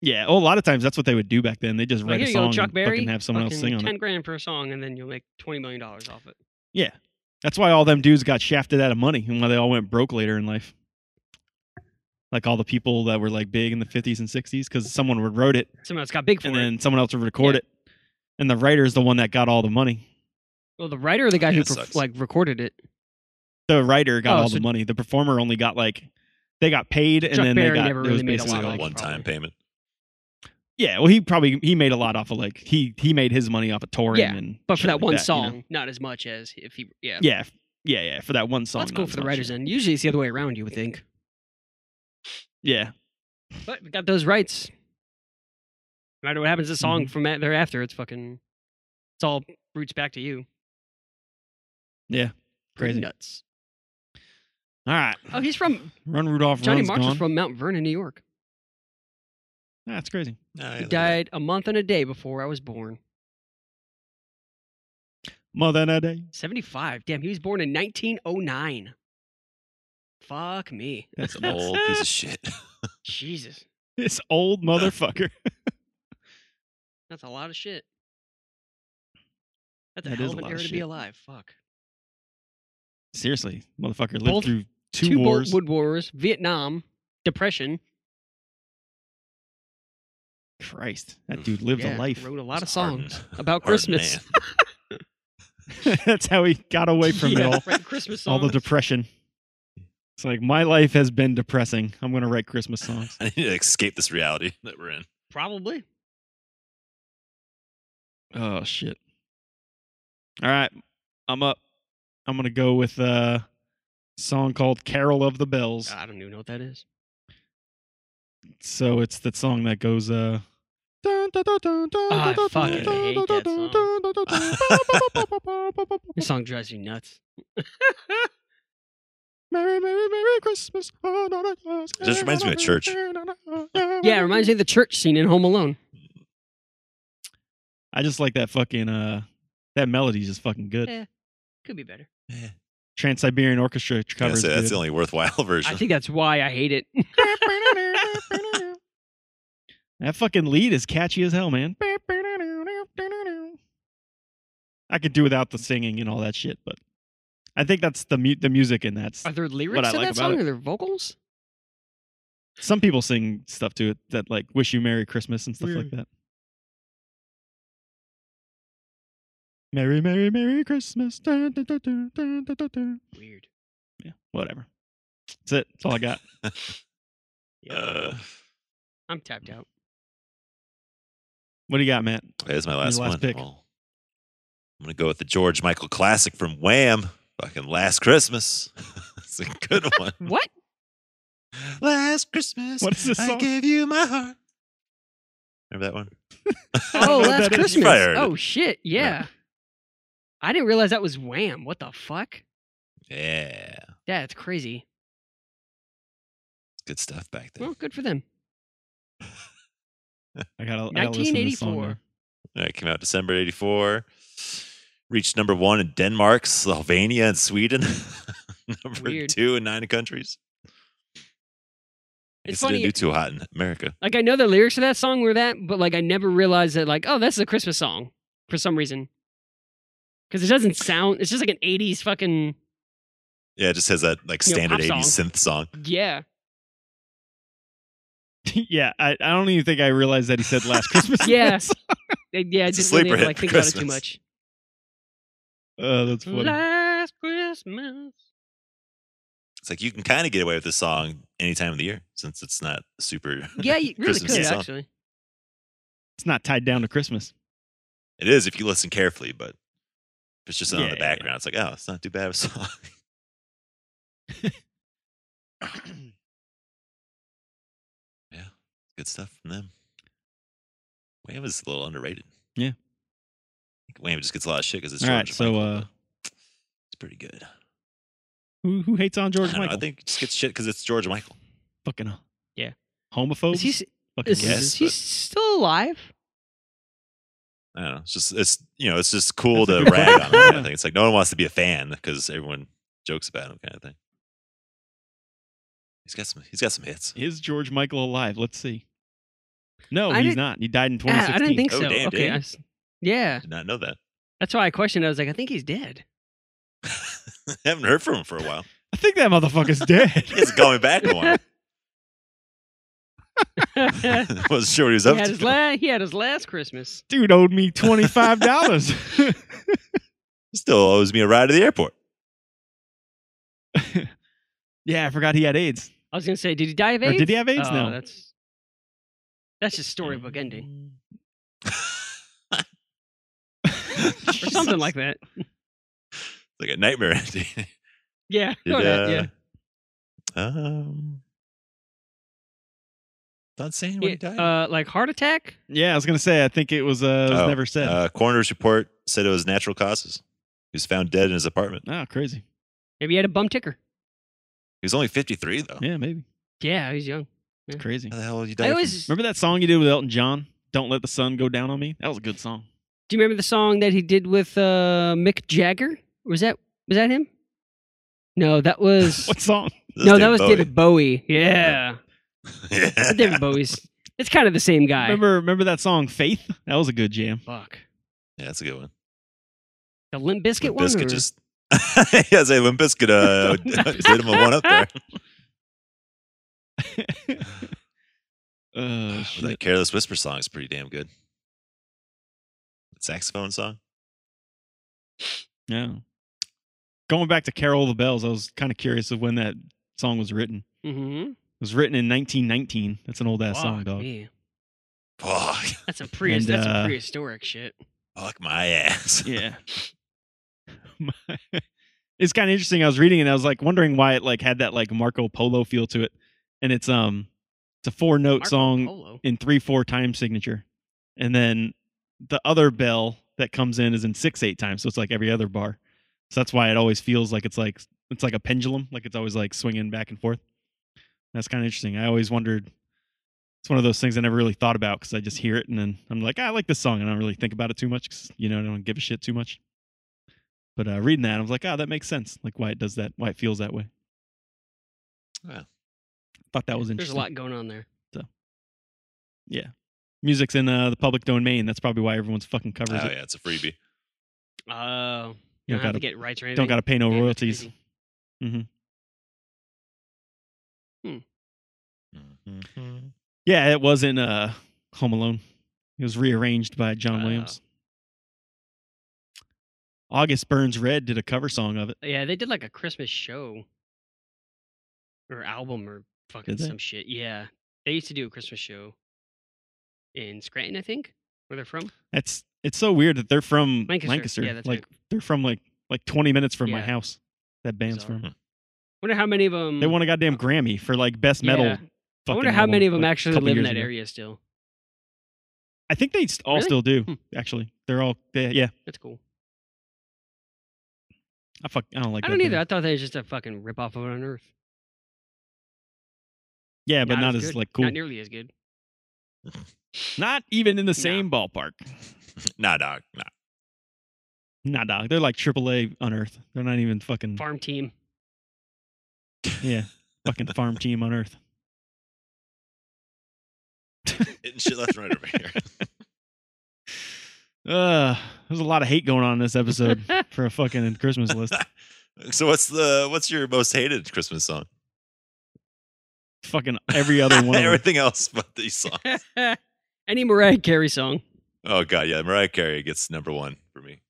Speaker 2: yeah, oh, a lot of times that's what they would do back then. They just
Speaker 3: Like,
Speaker 2: write
Speaker 3: here
Speaker 2: a
Speaker 3: you
Speaker 2: song
Speaker 3: go, Chuck
Speaker 2: and
Speaker 3: Berry.
Speaker 2: fucking have someone else
Speaker 3: fucking
Speaker 2: sing on
Speaker 3: Ten
Speaker 2: it.
Speaker 3: grand per song, and then you'll make twenty million dollars off it.
Speaker 2: Yeah, that's why all them dudes got shafted out of money and why they all went broke later in life. Like all the people that were like big in the fifties and sixties, because someone would wrote it
Speaker 3: Someone's got big for
Speaker 2: and
Speaker 3: it.
Speaker 2: then someone else would record
Speaker 3: Yeah.
Speaker 2: it, and the writer is the one that got all the money.
Speaker 3: Well, the writer or the guy
Speaker 1: Yeah,
Speaker 3: who
Speaker 1: it
Speaker 3: perf-
Speaker 1: sucks.
Speaker 3: like recorded it.
Speaker 2: The writer got
Speaker 3: Oh,
Speaker 2: all
Speaker 3: so-
Speaker 2: the money. The performer only got like they got paid, and
Speaker 3: Chuck
Speaker 2: then
Speaker 3: Berry
Speaker 2: they got
Speaker 3: never
Speaker 2: it
Speaker 3: really
Speaker 2: was
Speaker 3: made a
Speaker 1: It's
Speaker 2: basically
Speaker 3: lot
Speaker 1: like a
Speaker 3: off
Speaker 2: like-
Speaker 3: it,
Speaker 1: one-time payment.
Speaker 2: yeah. Well, he probably he made a lot off of like he he made his money off of touring.
Speaker 3: Yeah,
Speaker 2: and
Speaker 3: But for
Speaker 2: shit
Speaker 3: that
Speaker 2: like
Speaker 3: one
Speaker 2: you know?
Speaker 3: song, not as much as if he. Yeah,
Speaker 2: Yeah, f- yeah, yeah. For that one song,
Speaker 3: that's cool
Speaker 2: not
Speaker 3: for
Speaker 2: as
Speaker 3: the
Speaker 2: much.
Speaker 3: writers. And usually it's the other way around, you would think.
Speaker 2: Yeah,
Speaker 3: But we got those rights. No matter what happens to the song
Speaker 2: Mhm.
Speaker 3: from that thereafter, it's fucking. It's all roots back to you.
Speaker 2: yeah.
Speaker 3: Pretty
Speaker 2: Crazy.
Speaker 3: nuts.
Speaker 2: All right.
Speaker 3: Oh, he's from
Speaker 2: Run Rudolph.
Speaker 3: Johnny
Speaker 2: Run's
Speaker 3: Marks
Speaker 2: gone. Ah,
Speaker 3: is from Mount Vernon, New York.
Speaker 2: That's crazy.
Speaker 1: No, yeah, look
Speaker 3: He
Speaker 1: at that.
Speaker 3: died a month and a day before I was born.
Speaker 2: More than a day.
Speaker 3: Seventy-five. Damn, he was born in 1909. Fuck me,
Speaker 1: That's an old piece of shit.
Speaker 3: Jesus,
Speaker 2: This old motherfucker.
Speaker 3: that's a lot of shit. That's a
Speaker 2: That
Speaker 3: hell
Speaker 2: is a
Speaker 3: of an
Speaker 2: lot
Speaker 3: era
Speaker 2: of
Speaker 3: to be
Speaker 2: shit.
Speaker 3: alive. Fuck.
Speaker 2: Seriously, motherfucker lived
Speaker 3: Both-
Speaker 2: through two,
Speaker 3: Bolt
Speaker 2: wars.
Speaker 3: Wood Wars, Vietnam, Depression.
Speaker 2: Christ, that
Speaker 1: Oof.
Speaker 2: dude lived
Speaker 3: Yeah,
Speaker 2: a life.
Speaker 3: Wrote a lot of
Speaker 1: He's a hardened-
Speaker 3: songs about
Speaker 1: hardened
Speaker 3: Christmas.
Speaker 1: man.
Speaker 2: That's how he got away from it
Speaker 3: Yeah,
Speaker 2: all.
Speaker 3: write Christmas
Speaker 2: All
Speaker 3: songs.
Speaker 2: the depression. It's like my life has been depressing. I'm gonna write Christmas songs.
Speaker 1: I need to escape this reality that we're in.
Speaker 3: Probably.
Speaker 2: Oh shit. All right, I'm up. I'm gonna go with a song called "Carol of the Bells."
Speaker 3: I don't even know what that is.
Speaker 2: So it's that song that goes. uh I
Speaker 3: fucking hate
Speaker 1: that
Speaker 2: song.
Speaker 3: This song drives me nuts.
Speaker 2: Merry, Merry, Merry Christmas. Oh, no, no, no,
Speaker 1: This reminds me of church.
Speaker 3: Yeah, it reminds me of the church scene in Home Alone.
Speaker 2: I just like that fucking uh that melody's just fucking good.
Speaker 3: Yeah. Could be better.
Speaker 1: Yeah,
Speaker 2: Trans Siberian Orchestra
Speaker 1: I
Speaker 2: covers
Speaker 1: say, that's the
Speaker 2: good.
Speaker 1: only worthwhile version.
Speaker 3: I think that's why I hate it.
Speaker 2: That fucking lead is catchy as hell, man. I could do without the singing and all that shit, but I think that's the mu- the music in that.
Speaker 3: Are there
Speaker 2: What
Speaker 3: lyrics
Speaker 2: I
Speaker 3: in
Speaker 2: like about
Speaker 3: that song?
Speaker 2: it-
Speaker 3: Are there vocals?
Speaker 2: Some people sing stuff to it that like "Wish You Merry Christmas" and stuff like that. Merry, Merry, Merry Christmas. Dun, dun, dun, dun, dun, dun, dun, dun.
Speaker 3: Weird.
Speaker 2: Yeah, whatever. That's it. That's all I got.
Speaker 3: Yeah.
Speaker 1: Uh,
Speaker 3: I'm tapped out.
Speaker 2: What do you got, Matt?
Speaker 1: There's my last,
Speaker 2: last
Speaker 1: one.
Speaker 2: pick.
Speaker 1: Well, I'm gonna go with the George Michael classic from Wham. Fucking Last Christmas. it's a good one.
Speaker 3: What?
Speaker 1: last Christmas,
Speaker 2: What is this
Speaker 1: I
Speaker 2: song?
Speaker 1: gave you my heart. Remember that one?
Speaker 3: Oh,
Speaker 2: know what
Speaker 3: last
Speaker 2: that is.
Speaker 3: Christmas.
Speaker 1: Fired.
Speaker 3: Oh shit, yeah.
Speaker 1: Yeah.
Speaker 3: I didn't realize that was Wham. What the fuck?
Speaker 1: Yeah, it's
Speaker 3: Yeah, it's crazy.
Speaker 1: good stuff back then.
Speaker 3: Well, good for them.
Speaker 2: I gotta, I gotta listen to this song.
Speaker 3: 1984.
Speaker 2: now.
Speaker 1: Uh, It came out December '84. Reached number one in Denmark, Slovenia, and Sweden. number
Speaker 3: Weird.
Speaker 1: two in nine countries. I
Speaker 3: It's
Speaker 1: guess it
Speaker 3: funny-
Speaker 1: didn't do too hot in America.
Speaker 3: Like I know the lyrics to that song were that, but like I never realized that like, oh, that's a Christmas song for some reason. Cause it doesn't sound it's just like an eighties fucking
Speaker 1: Yeah, it just has that like
Speaker 3: You know,
Speaker 1: standard
Speaker 3: pop
Speaker 1: '80s synth song.
Speaker 3: yeah.
Speaker 2: yeah, I, I don't even think I realized that he said "Last Christmas."
Speaker 3: Yeah. Uh, Yeah,
Speaker 1: It's
Speaker 3: I
Speaker 1: a
Speaker 3: didn't really
Speaker 1: sleeper hit
Speaker 3: like
Speaker 1: for
Speaker 3: think about it too
Speaker 1: Christmas.
Speaker 3: much.
Speaker 2: Oh, that's funny.
Speaker 3: Last Christmas.
Speaker 1: It's like you can kind of get away with this song any time of the year since it's not super.
Speaker 3: Yeah, you really
Speaker 1: Christmas
Speaker 3: could
Speaker 1: song.
Speaker 3: actually.
Speaker 2: It's not tied down to Christmas.
Speaker 1: it is if you listen carefully, but if it's just on
Speaker 2: Yeah,
Speaker 1: in the
Speaker 2: yeah, yeah.
Speaker 1: background, it's like, oh, it's not too bad of a song. yeah, good stuff from them. Wham is a little underrated.
Speaker 2: Yeah.
Speaker 1: I think Wham just gets a lot of shit because it's
Speaker 2: All right,
Speaker 1: George
Speaker 2: so
Speaker 1: Michael,
Speaker 2: uh,
Speaker 1: but it's pretty good.
Speaker 2: who who hates on George
Speaker 1: I, don't know, I
Speaker 2: Michael?
Speaker 1: think it just gets shit because it's George Michael.
Speaker 2: fucking uh,
Speaker 3: Yeah.
Speaker 2: homophobe.
Speaker 3: Is he s-
Speaker 2: fucking
Speaker 3: is,
Speaker 1: guess,
Speaker 2: losers.
Speaker 3: is he
Speaker 1: but-
Speaker 3: still alive?
Speaker 1: I don't know. It's just it's you know it's just cool
Speaker 2: That's
Speaker 1: to
Speaker 2: a good
Speaker 1: rag on
Speaker 2: point.
Speaker 1: him. Kind
Speaker 2: Yeah.
Speaker 1: of thing. It's like no one wants to be a fan because everyone jokes about him, kind of thing. He's got some. He's got some hits.
Speaker 2: Is George Michael alive? Let's see. No,
Speaker 3: I
Speaker 2: he's
Speaker 3: didn't-
Speaker 2: not. He died in
Speaker 3: Yeah,
Speaker 2: 2016.
Speaker 3: Ah, I didn't think
Speaker 1: Oh,
Speaker 3: so.
Speaker 1: damn,
Speaker 3: okay.
Speaker 1: did he?
Speaker 3: I s- yeah.
Speaker 1: Did not know that.
Speaker 3: That's why I questioned. I was like, I think he's dead.
Speaker 1: Haven't heard from him for a while.
Speaker 2: I think that motherfucker's dead.
Speaker 1: He's going back a while.
Speaker 3: he, had
Speaker 1: Wasn't sure what he was up
Speaker 3: his
Speaker 1: to.
Speaker 3: la- he had his last Christmas.
Speaker 2: Dude owed me twenty five dollars.
Speaker 1: He still owes me a ride to the airport.
Speaker 2: yeah, I forgot he had AIDS.
Speaker 3: I was gonna say, did he die of
Speaker 2: Or
Speaker 3: AIDS?
Speaker 2: did he have AIDS?
Speaker 3: oh,
Speaker 2: no.
Speaker 3: That's that's just storybook ending
Speaker 1: Mm.
Speaker 3: or something like that.
Speaker 1: Like a nightmare ending.
Speaker 3: Yeah.
Speaker 1: Did,
Speaker 3: or that,
Speaker 1: uh,
Speaker 3: yeah.
Speaker 1: Um. Not saying when he died.
Speaker 3: Yeah, uh, like heart attack.
Speaker 2: Yeah, I was gonna say. I think it was. Uh, it was
Speaker 1: Oh,
Speaker 2: never said.
Speaker 1: Uh, coroner's report said it was natural causes. He was found dead in his apartment.
Speaker 2: oh, crazy.
Speaker 3: Maybe he had a bum ticker.
Speaker 1: He was only 53, though.
Speaker 2: Yeah, maybe.
Speaker 3: Yeah, he's young.
Speaker 2: It's crazy.
Speaker 1: How the hell you
Speaker 3: I
Speaker 1: died?
Speaker 3: always.
Speaker 2: Remember that song you did with Elton John? Don't let the sun go down on me. That was a good song.
Speaker 3: Do you remember the song that he did with uh, Mick Jagger? Was that was that him? No, that was
Speaker 2: What song?
Speaker 3: no, that was David Bowie. Yeah,
Speaker 1: David.
Speaker 3: But David Bowie's. It's kind of the same guy.
Speaker 2: Remember, remember that song "Faith"? That was a good jam.
Speaker 3: Fuck.
Speaker 1: yeah, that's a good one.
Speaker 3: The Limp Biscuit
Speaker 1: Limp
Speaker 3: one?
Speaker 1: Bizkit
Speaker 3: or-
Speaker 1: just. yeah, say Limp Bizkit uh, did him a one up there.
Speaker 2: Oh
Speaker 1: But that
Speaker 2: shit!
Speaker 1: Careless Whisper song is pretty damn good. That saxophone song.
Speaker 2: Yeah. Going back to "Carol of the Bells," I was kind of curious of when that song was written. It
Speaker 3: Mhm.
Speaker 2: was written in 1919. That's an old ass song,
Speaker 3: Fuck
Speaker 2: dog.
Speaker 3: me.
Speaker 1: Fuck,
Speaker 3: That's a pre.
Speaker 2: And,
Speaker 3: that's
Speaker 2: uh,
Speaker 3: a prehistoric shit.
Speaker 1: fuck my ass.
Speaker 2: Yeah. it's kind of interesting. I was reading it and I was like wondering why it like had that like Marco Polo feel to it, and it's um it's a four note
Speaker 3: Marco
Speaker 2: song
Speaker 3: Polo.
Speaker 2: in three four time signature, and then the other bell that comes in is in six eight time, so it's like every other bar. So that's why it always feels like it's like it's like a pendulum, like it's always like swinging back and forth. That's kind of interesting. I always wondered. It's one of those things I never really thought about because I just hear it and then I'm like, "Ah, I like this song, and I don't really think about it too much because you know I don't give a shit too much. But uh, reading that, I was like, ah, that makes sense. Like why it does that, why it feels that way.
Speaker 1: Yeah.
Speaker 2: Thought that was interesting.
Speaker 3: There's a lot going on there.
Speaker 2: Music's in uh, the public domain. That's probably why everyone's fucking
Speaker 1: Oh
Speaker 2: covers it.
Speaker 1: yeah, it's a freebie.
Speaker 3: Oh, uh,
Speaker 2: You don't
Speaker 3: you don't have
Speaker 2: gotta,
Speaker 3: to get rights or anything.
Speaker 2: don't gotta pay no
Speaker 3: Damn, that's
Speaker 2: royalties.
Speaker 3: crazy.
Speaker 2: Mm-hmm.
Speaker 1: Mhm.
Speaker 2: Yeah, it was in uh, Home Alone. It was rearranged by John
Speaker 3: Wow.
Speaker 2: Williams. August Burns Red did a cover song of it.
Speaker 3: Yeah, they did like a Christmas show or album or fucking
Speaker 2: Did they?
Speaker 3: some shit. Yeah, they used to do a Christmas show in Scranton, I think, where they're from.
Speaker 2: That's it's so weird that they're from Lancaster.
Speaker 3: Lancaster. Yeah, that's
Speaker 2: like
Speaker 3: right.
Speaker 2: they're from like like 20 minutes from my
Speaker 3: Yeah.
Speaker 2: house. That band's
Speaker 3: Bizarre. Hmm.
Speaker 2: from.
Speaker 3: Wonder how many of them.
Speaker 2: They won a goddamn Grammy for like best metal.
Speaker 3: Yeah. I wonder
Speaker 2: fucking
Speaker 3: how many of
Speaker 2: album,
Speaker 3: them
Speaker 2: like,
Speaker 3: actually
Speaker 2: couple
Speaker 3: live in
Speaker 2: years
Speaker 3: that
Speaker 2: ago.
Speaker 3: area still.
Speaker 2: I think they st- all
Speaker 3: Really?
Speaker 2: still do.
Speaker 3: Hmm.
Speaker 2: Actually, they're all they, yeah.
Speaker 3: That's cool.
Speaker 2: I fuck. I don't like.
Speaker 3: I
Speaker 2: that
Speaker 3: don't
Speaker 2: band.
Speaker 3: either. I thought that was just a fucking rip off of on Earth.
Speaker 2: Yeah, but not, as,
Speaker 3: good.
Speaker 2: like cool.
Speaker 3: Not
Speaker 2: Not,
Speaker 3: nearly as good.
Speaker 2: even in the same ballpark.
Speaker 1: nah, dog. Nah.
Speaker 2: Nah, dog. They're like AAA on Earth. They're not even fucking
Speaker 3: Farm team.
Speaker 2: yeah, fucking farm team on Earth.
Speaker 1: Hitting shit left and right over here.
Speaker 2: Uh, there's a lot of hate going on in this episode for a fucking Christmas list.
Speaker 1: so what's the what's your most hated Christmas song?
Speaker 2: fucking every other one. Of them.
Speaker 1: Everything else but these songs.
Speaker 3: Any Mariah Carey song.
Speaker 1: Oh god, yeah, Mariah Carey gets number one for me.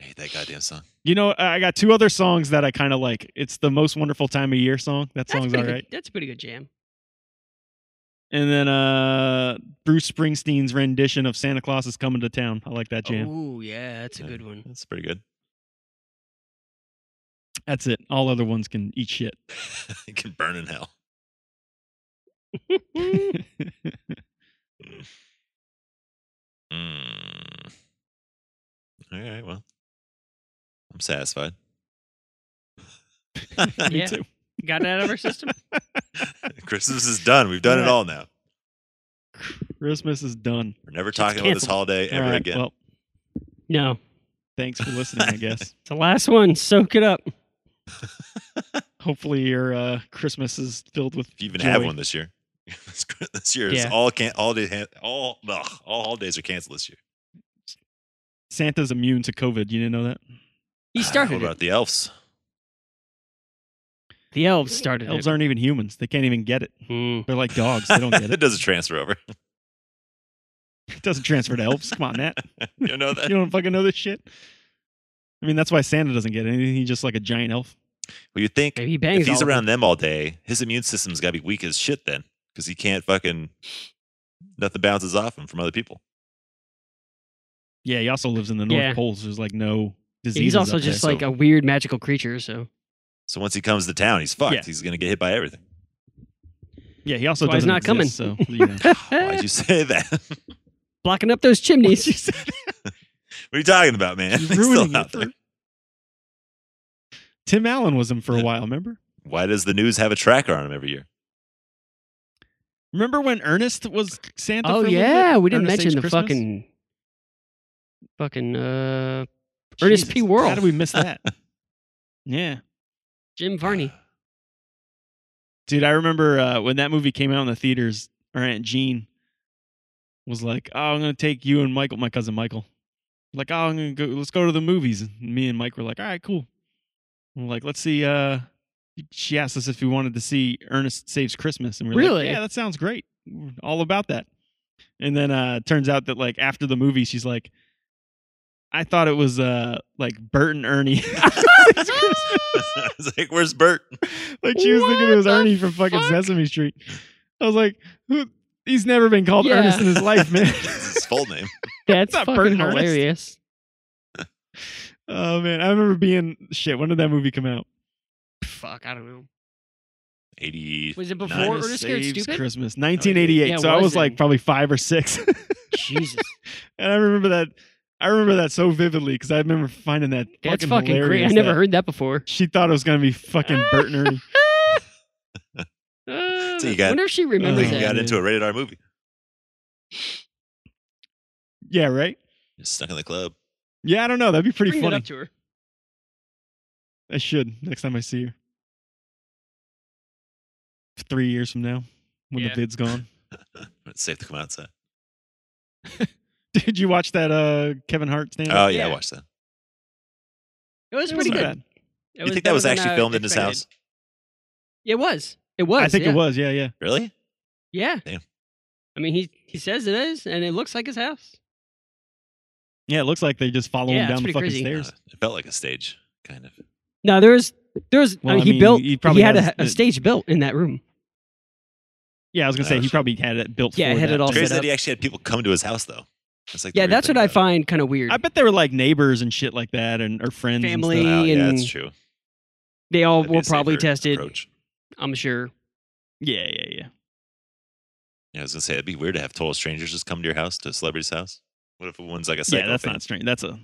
Speaker 1: I hate that goddamn song.
Speaker 2: You know, I I got two other songs that I kind of like. It's the most wonderful time of year song. That
Speaker 3: That's
Speaker 2: song's
Speaker 3: pretty
Speaker 2: all
Speaker 3: good-
Speaker 2: right.
Speaker 3: That's a pretty good jam.
Speaker 2: And then uh Bruce Springsteen's rendition of Santa Claus is coming to town. I like that jam.
Speaker 3: Oh yeah, that's a
Speaker 1: Yeah.
Speaker 3: good one.
Speaker 1: That's pretty good.
Speaker 2: That's it. All other ones can eat shit.
Speaker 1: it can burn in hell. Mm. All right, well, I'm satisfied.
Speaker 2: Me
Speaker 3: Yeah.
Speaker 2: too.
Speaker 3: Got that out of our system.
Speaker 1: Christmas is done. We've done it all now.
Speaker 2: Christmas is done.
Speaker 1: We're never
Speaker 3: Shit's
Speaker 1: talking about this
Speaker 3: canceled.
Speaker 1: holiday
Speaker 2: All
Speaker 1: ever
Speaker 2: right,
Speaker 1: again.
Speaker 2: Well,
Speaker 3: No,
Speaker 2: thanks for listening, I guess.
Speaker 3: it's the last one. Soak it up.
Speaker 2: Hopefully your uh Christmas is filled with
Speaker 1: if you even
Speaker 2: joy.
Speaker 1: have one this year. this cr- this year is
Speaker 2: Yeah.
Speaker 1: all can all day han- all ugh, all holidays are canceled this year.
Speaker 2: Santa's immune to COVID. You didn't know that?
Speaker 3: He started
Speaker 1: What
Speaker 3: it.
Speaker 1: about the elves?
Speaker 3: The elves started
Speaker 2: Elves
Speaker 3: elves
Speaker 2: aren't even humans. They can't even get it.
Speaker 3: it. Mm.
Speaker 2: They're like dogs. They don't get
Speaker 1: it
Speaker 2: it.
Speaker 1: doesn't transfer over.
Speaker 2: It doesn't transfer to elves. Come on, Nat.
Speaker 1: you don't know
Speaker 2: You
Speaker 1: that?
Speaker 2: don't fucking know this shit. I mean, that's why Santa doesn't get anything. He's just like a giant elf.
Speaker 1: Well, you think
Speaker 3: Maybe he
Speaker 1: if
Speaker 3: bangs.
Speaker 1: he's
Speaker 3: all
Speaker 1: around them all day, his immune system's got to be weak as shit then, because he can't fucking nothing bounces off him from other people.
Speaker 2: Yeah, he also lives in the North
Speaker 3: Yeah.
Speaker 2: Pole, so there's like no
Speaker 3: Of
Speaker 2: disease.
Speaker 3: them. He's also just
Speaker 1: so-
Speaker 3: like a weird magical creature. So
Speaker 1: So once he comes to town, he's fucked.
Speaker 2: Yeah.
Speaker 1: He's gonna get hit by everything.
Speaker 2: yeah, he also
Speaker 3: That's why he's
Speaker 2: doesn't
Speaker 3: not
Speaker 2: exist, So you know. Eh.
Speaker 1: Why'd you say that? what
Speaker 3: blocking up those chimneys.
Speaker 1: are you talking about, man?
Speaker 2: You're
Speaker 1: He's
Speaker 2: ruining
Speaker 1: still
Speaker 2: it
Speaker 1: out there.
Speaker 2: for- Tim Allen was him for a while. Remember?
Speaker 1: Why does the news have a tracker on him every year?
Speaker 2: Remember when Ernest was Santa?
Speaker 3: oh
Speaker 2: for a little
Speaker 3: yeah,
Speaker 2: bit?
Speaker 3: we didn't
Speaker 2: Ernest
Speaker 3: mention
Speaker 2: H.
Speaker 3: the
Speaker 2: Christmas?
Speaker 3: fucking fucking uh Ernest P.
Speaker 2: Jesus, How
Speaker 3: Worrell.
Speaker 2: did we miss that? yeah,
Speaker 3: Jim Varney.
Speaker 2: dude, I remember uh, when that movie came out in the theaters. Our aunt Jean was like, "Oh, I'm gonna take you and Michael, my cousin Michael." Like, "Oh, I'm gonna go. Let's go to the movies." And me and Mike were like, "All right, cool." And we're like, "Let's see." Uh, she asked us if we wanted to see Ernest Saves Christmas, and we we're
Speaker 3: Really?
Speaker 2: like, "Yeah, that sounds great. We're all about that." And then uh, it turns out that like after the movie, she's like, "I thought it was uh like Bert and Ernie." Saves Christmas
Speaker 1: it's like, where's Bert?
Speaker 2: like she was thinking it
Speaker 3: What
Speaker 2: was
Speaker 3: the
Speaker 2: Ernie from fucking
Speaker 3: fuck?
Speaker 2: Sesame Street. I was like, who? He's never been called
Speaker 3: Yeah.
Speaker 2: Ernest in his life, man.
Speaker 1: That's his full name.
Speaker 3: That's
Speaker 2: not
Speaker 3: fucking
Speaker 2: Burton Ernest.
Speaker 3: hilarious.
Speaker 2: oh man, I remember being shit. When did that movie come out?
Speaker 3: Fuck, I don't know.
Speaker 1: 80.
Speaker 3: Was it before
Speaker 1: Nine
Speaker 3: Ernest Scared
Speaker 2: Saves
Speaker 3: Stupid?
Speaker 2: Christmas, 1988.
Speaker 3: Yeah, it
Speaker 2: Oh, so I
Speaker 3: was
Speaker 2: was like
Speaker 3: then.
Speaker 2: probably five or six,
Speaker 3: Jesus.
Speaker 2: and I remember that I remember that so vividly because I remember finding that
Speaker 3: That's
Speaker 2: fucking,
Speaker 3: fucking great. I
Speaker 2: hilarious
Speaker 3: never
Speaker 2: that
Speaker 3: heard that before.
Speaker 2: She thought it was gonna be fucking Burtner.
Speaker 3: Uh,
Speaker 1: So you got-
Speaker 3: wonder if she
Speaker 1: I
Speaker 3: remembers
Speaker 1: think you
Speaker 3: that.
Speaker 1: got
Speaker 2: Yeah.
Speaker 1: into a rated R movie.
Speaker 2: yeah, right.
Speaker 1: You're stuck in the club.
Speaker 2: Yeah, I don't know. That'd be pretty
Speaker 3: Bring that
Speaker 2: funny.
Speaker 3: up to her.
Speaker 2: I should next time I see her. Three years from now, when
Speaker 3: Yeah.
Speaker 2: the vid's gone,
Speaker 1: It's safe to come outside.
Speaker 2: did you watch that uh Kevin Hart stand?
Speaker 1: Oh yeah,
Speaker 3: Yeah.
Speaker 1: I watched that.
Speaker 3: It was pretty good. It
Speaker 1: You think that was
Speaker 3: better than
Speaker 1: actually
Speaker 3: I
Speaker 1: filmed in his
Speaker 3: expected.
Speaker 1: house?
Speaker 3: It was. It was.
Speaker 2: I think
Speaker 3: yeah.
Speaker 2: it was. Yeah, yeah.
Speaker 1: Really?
Speaker 3: Yeah.
Speaker 1: Damn.
Speaker 3: I mean, he he says it is, and it looks like his house.
Speaker 2: Yeah, it looks like they just follow
Speaker 3: Yeah,
Speaker 2: him
Speaker 3: it's
Speaker 2: down the
Speaker 3: pretty
Speaker 2: fucking
Speaker 3: crazy.
Speaker 2: stairs.
Speaker 1: Uh, it felt like a stage, kind of.
Speaker 3: No, there's there's.
Speaker 2: Well,
Speaker 3: I mean,
Speaker 2: I
Speaker 3: he
Speaker 2: mean,
Speaker 3: built.
Speaker 2: he probably
Speaker 3: had
Speaker 2: has
Speaker 3: a, a
Speaker 2: the-
Speaker 3: stage built in that room.
Speaker 2: Yeah, I was gonna say
Speaker 1: Oh,
Speaker 2: he
Speaker 1: shit.
Speaker 2: probably had it built.
Speaker 3: Yeah,
Speaker 2: for
Speaker 3: had
Speaker 2: that.
Speaker 3: it all
Speaker 2: too.
Speaker 3: set
Speaker 1: Crazy
Speaker 3: up.
Speaker 1: that he actually had people come to his house though. That's like the
Speaker 3: Yeah,
Speaker 1: weird
Speaker 3: that's
Speaker 1: thing
Speaker 3: what I
Speaker 1: about
Speaker 3: find kind of weird.
Speaker 2: I bet they were like neighbors and shit like that, and or friends. and
Speaker 1: it.
Speaker 3: Family.
Speaker 2: stuff.
Speaker 1: Wow, yeah, that's
Speaker 3: and-
Speaker 1: true.
Speaker 3: they all
Speaker 1: That'd be
Speaker 3: were
Speaker 1: a
Speaker 3: probably
Speaker 1: safer
Speaker 3: tested.
Speaker 1: Approach.
Speaker 3: I'm sure.
Speaker 2: Yeah, yeah, yeah.
Speaker 1: Yeah, I was gonna say it'd be weird to have total strangers just come to your house, to a celebrity's house. What if one's like a psycho?
Speaker 2: yeah, that's
Speaker 1: fan?
Speaker 2: not strange. That's a.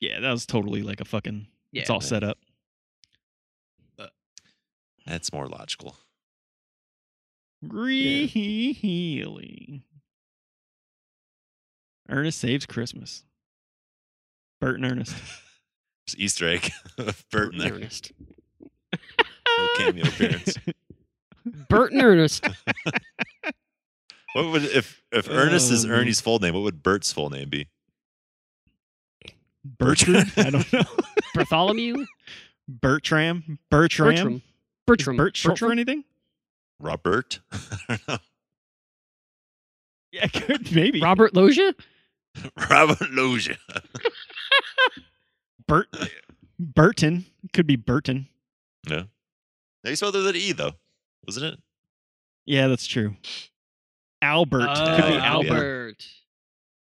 Speaker 2: Yeah, that was totally like a fucking. It's
Speaker 3: Yeah.
Speaker 2: all set up.
Speaker 1: That's more logical.
Speaker 2: Really. Ernest saves Christmas. Bert and Ernest.
Speaker 1: It's Easter egg of Bert in there.
Speaker 3: Ernest.
Speaker 1: Little cameo appearance.
Speaker 3: Bert and Ernest.
Speaker 1: What would if if Ernest is
Speaker 2: Oh, man.
Speaker 1: Ernie's full name? What would Bert's full name be?
Speaker 2: Bertram. I don't know.
Speaker 3: Bartholomew.
Speaker 2: Bertram. Bertram.
Speaker 3: Bertram.
Speaker 2: Is
Speaker 3: Bertram.
Speaker 2: Bert short for
Speaker 3: Bertram?
Speaker 2: anything?
Speaker 1: Robert. I don't know.
Speaker 2: Yeah, could maybe.
Speaker 3: Robert Loja.
Speaker 1: Robert Loja.
Speaker 2: Bert. Burton could be Burton.
Speaker 1: They spelled it with an E though, wasn't it?
Speaker 2: Yeah, that's true. Albert
Speaker 3: Oh,
Speaker 2: could be
Speaker 1: yeah.
Speaker 2: Albert
Speaker 3: Albert.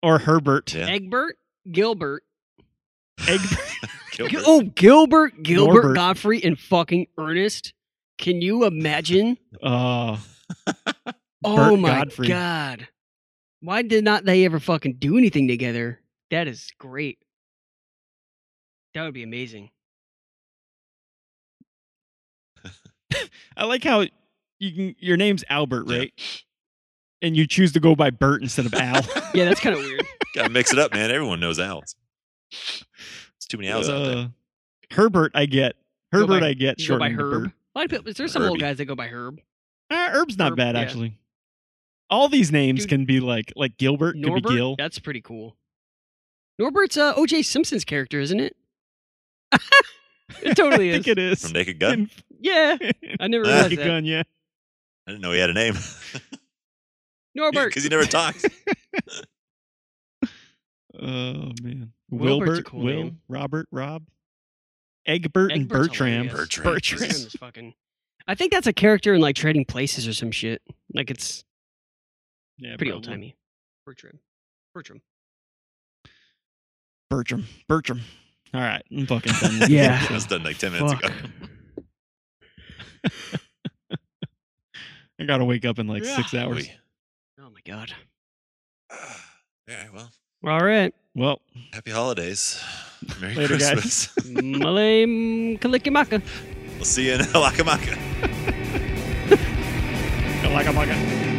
Speaker 2: or Herbert.
Speaker 1: Yeah.
Speaker 3: Egbert. Gilbert.
Speaker 2: Egg-
Speaker 1: Gilbert.
Speaker 3: Oh, Gilbert. Gilbert
Speaker 2: Norbert.
Speaker 3: Godfrey and fucking Ernest. Can you imagine?
Speaker 2: Oh,
Speaker 3: oh
Speaker 2: Bert
Speaker 3: my
Speaker 2: Godfrey.
Speaker 3: god. Why did not they ever fucking do anything together? That is great. That would be amazing.
Speaker 2: I like how you can. Your name's Albert,
Speaker 1: Yeah.
Speaker 2: right? And you choose to go by Bert instead of Al.
Speaker 3: Yeah, that's kind of weird.
Speaker 1: Gotta mix it up, man. Everyone knows Al's. It's too many Al's out there.
Speaker 2: Uh, Herbert, I get.
Speaker 3: Go
Speaker 2: Herbert,
Speaker 3: by-
Speaker 2: I get.
Speaker 3: You go by
Speaker 2: Shortened to
Speaker 3: Herb.
Speaker 2: Bert.
Speaker 3: A lot of people, there's some old
Speaker 1: Herbie.
Speaker 3: guys that go by Herb.
Speaker 2: Ah, Herb's not
Speaker 3: Herb,
Speaker 2: bad
Speaker 3: yeah.
Speaker 2: actually. All these names
Speaker 3: Dude.
Speaker 2: can be like like Gilbert could
Speaker 3: Norbert.
Speaker 2: be Gil.
Speaker 3: That's pretty cool. Norbert's uh, O.J. Simpson's character, isn't it? it totally
Speaker 2: I
Speaker 3: is.
Speaker 2: think it is.
Speaker 1: From Naked Gun.
Speaker 2: In-
Speaker 3: yeah,
Speaker 2: in
Speaker 3: I never
Speaker 1: Ah.
Speaker 3: realized
Speaker 2: Naked
Speaker 3: that.
Speaker 2: Gun, yeah.
Speaker 1: I didn't know he had a name.
Speaker 3: Norbert.
Speaker 1: Because he never talks.
Speaker 2: Oh man,
Speaker 3: Wilbert's a
Speaker 2: Wilbert,
Speaker 3: cool
Speaker 2: Will,
Speaker 3: name.
Speaker 2: Robert, Rob, Egbert, and
Speaker 3: Egbert's
Speaker 2: Bertram.
Speaker 3: hilarious.
Speaker 1: Bertram.
Speaker 2: Bertram.
Speaker 3: Graham is fucking. I think that's a character in like Trading Places or some shit. Like it's
Speaker 2: Yeah,
Speaker 3: pretty
Speaker 2: probably.
Speaker 3: old timey. Bertram. Bertram.
Speaker 2: Bertram. Bertram. All right, I'm fucking done. with
Speaker 3: Yeah.
Speaker 2: this
Speaker 1: That was
Speaker 2: episode.
Speaker 1: done like 10 minutes
Speaker 3: Fuck.
Speaker 1: ago.
Speaker 2: I gotta wake up in like six
Speaker 3: Yeah.
Speaker 2: hours.
Speaker 1: We-
Speaker 3: Oh my god.
Speaker 1: All right, well,
Speaker 3: All right.
Speaker 2: Well,
Speaker 1: happy holidays. Merry
Speaker 2: Later, guys.
Speaker 1: Christmas.
Speaker 3: Malay Kalikimaka.
Speaker 1: we'll see you in Alakamaka.
Speaker 2: like a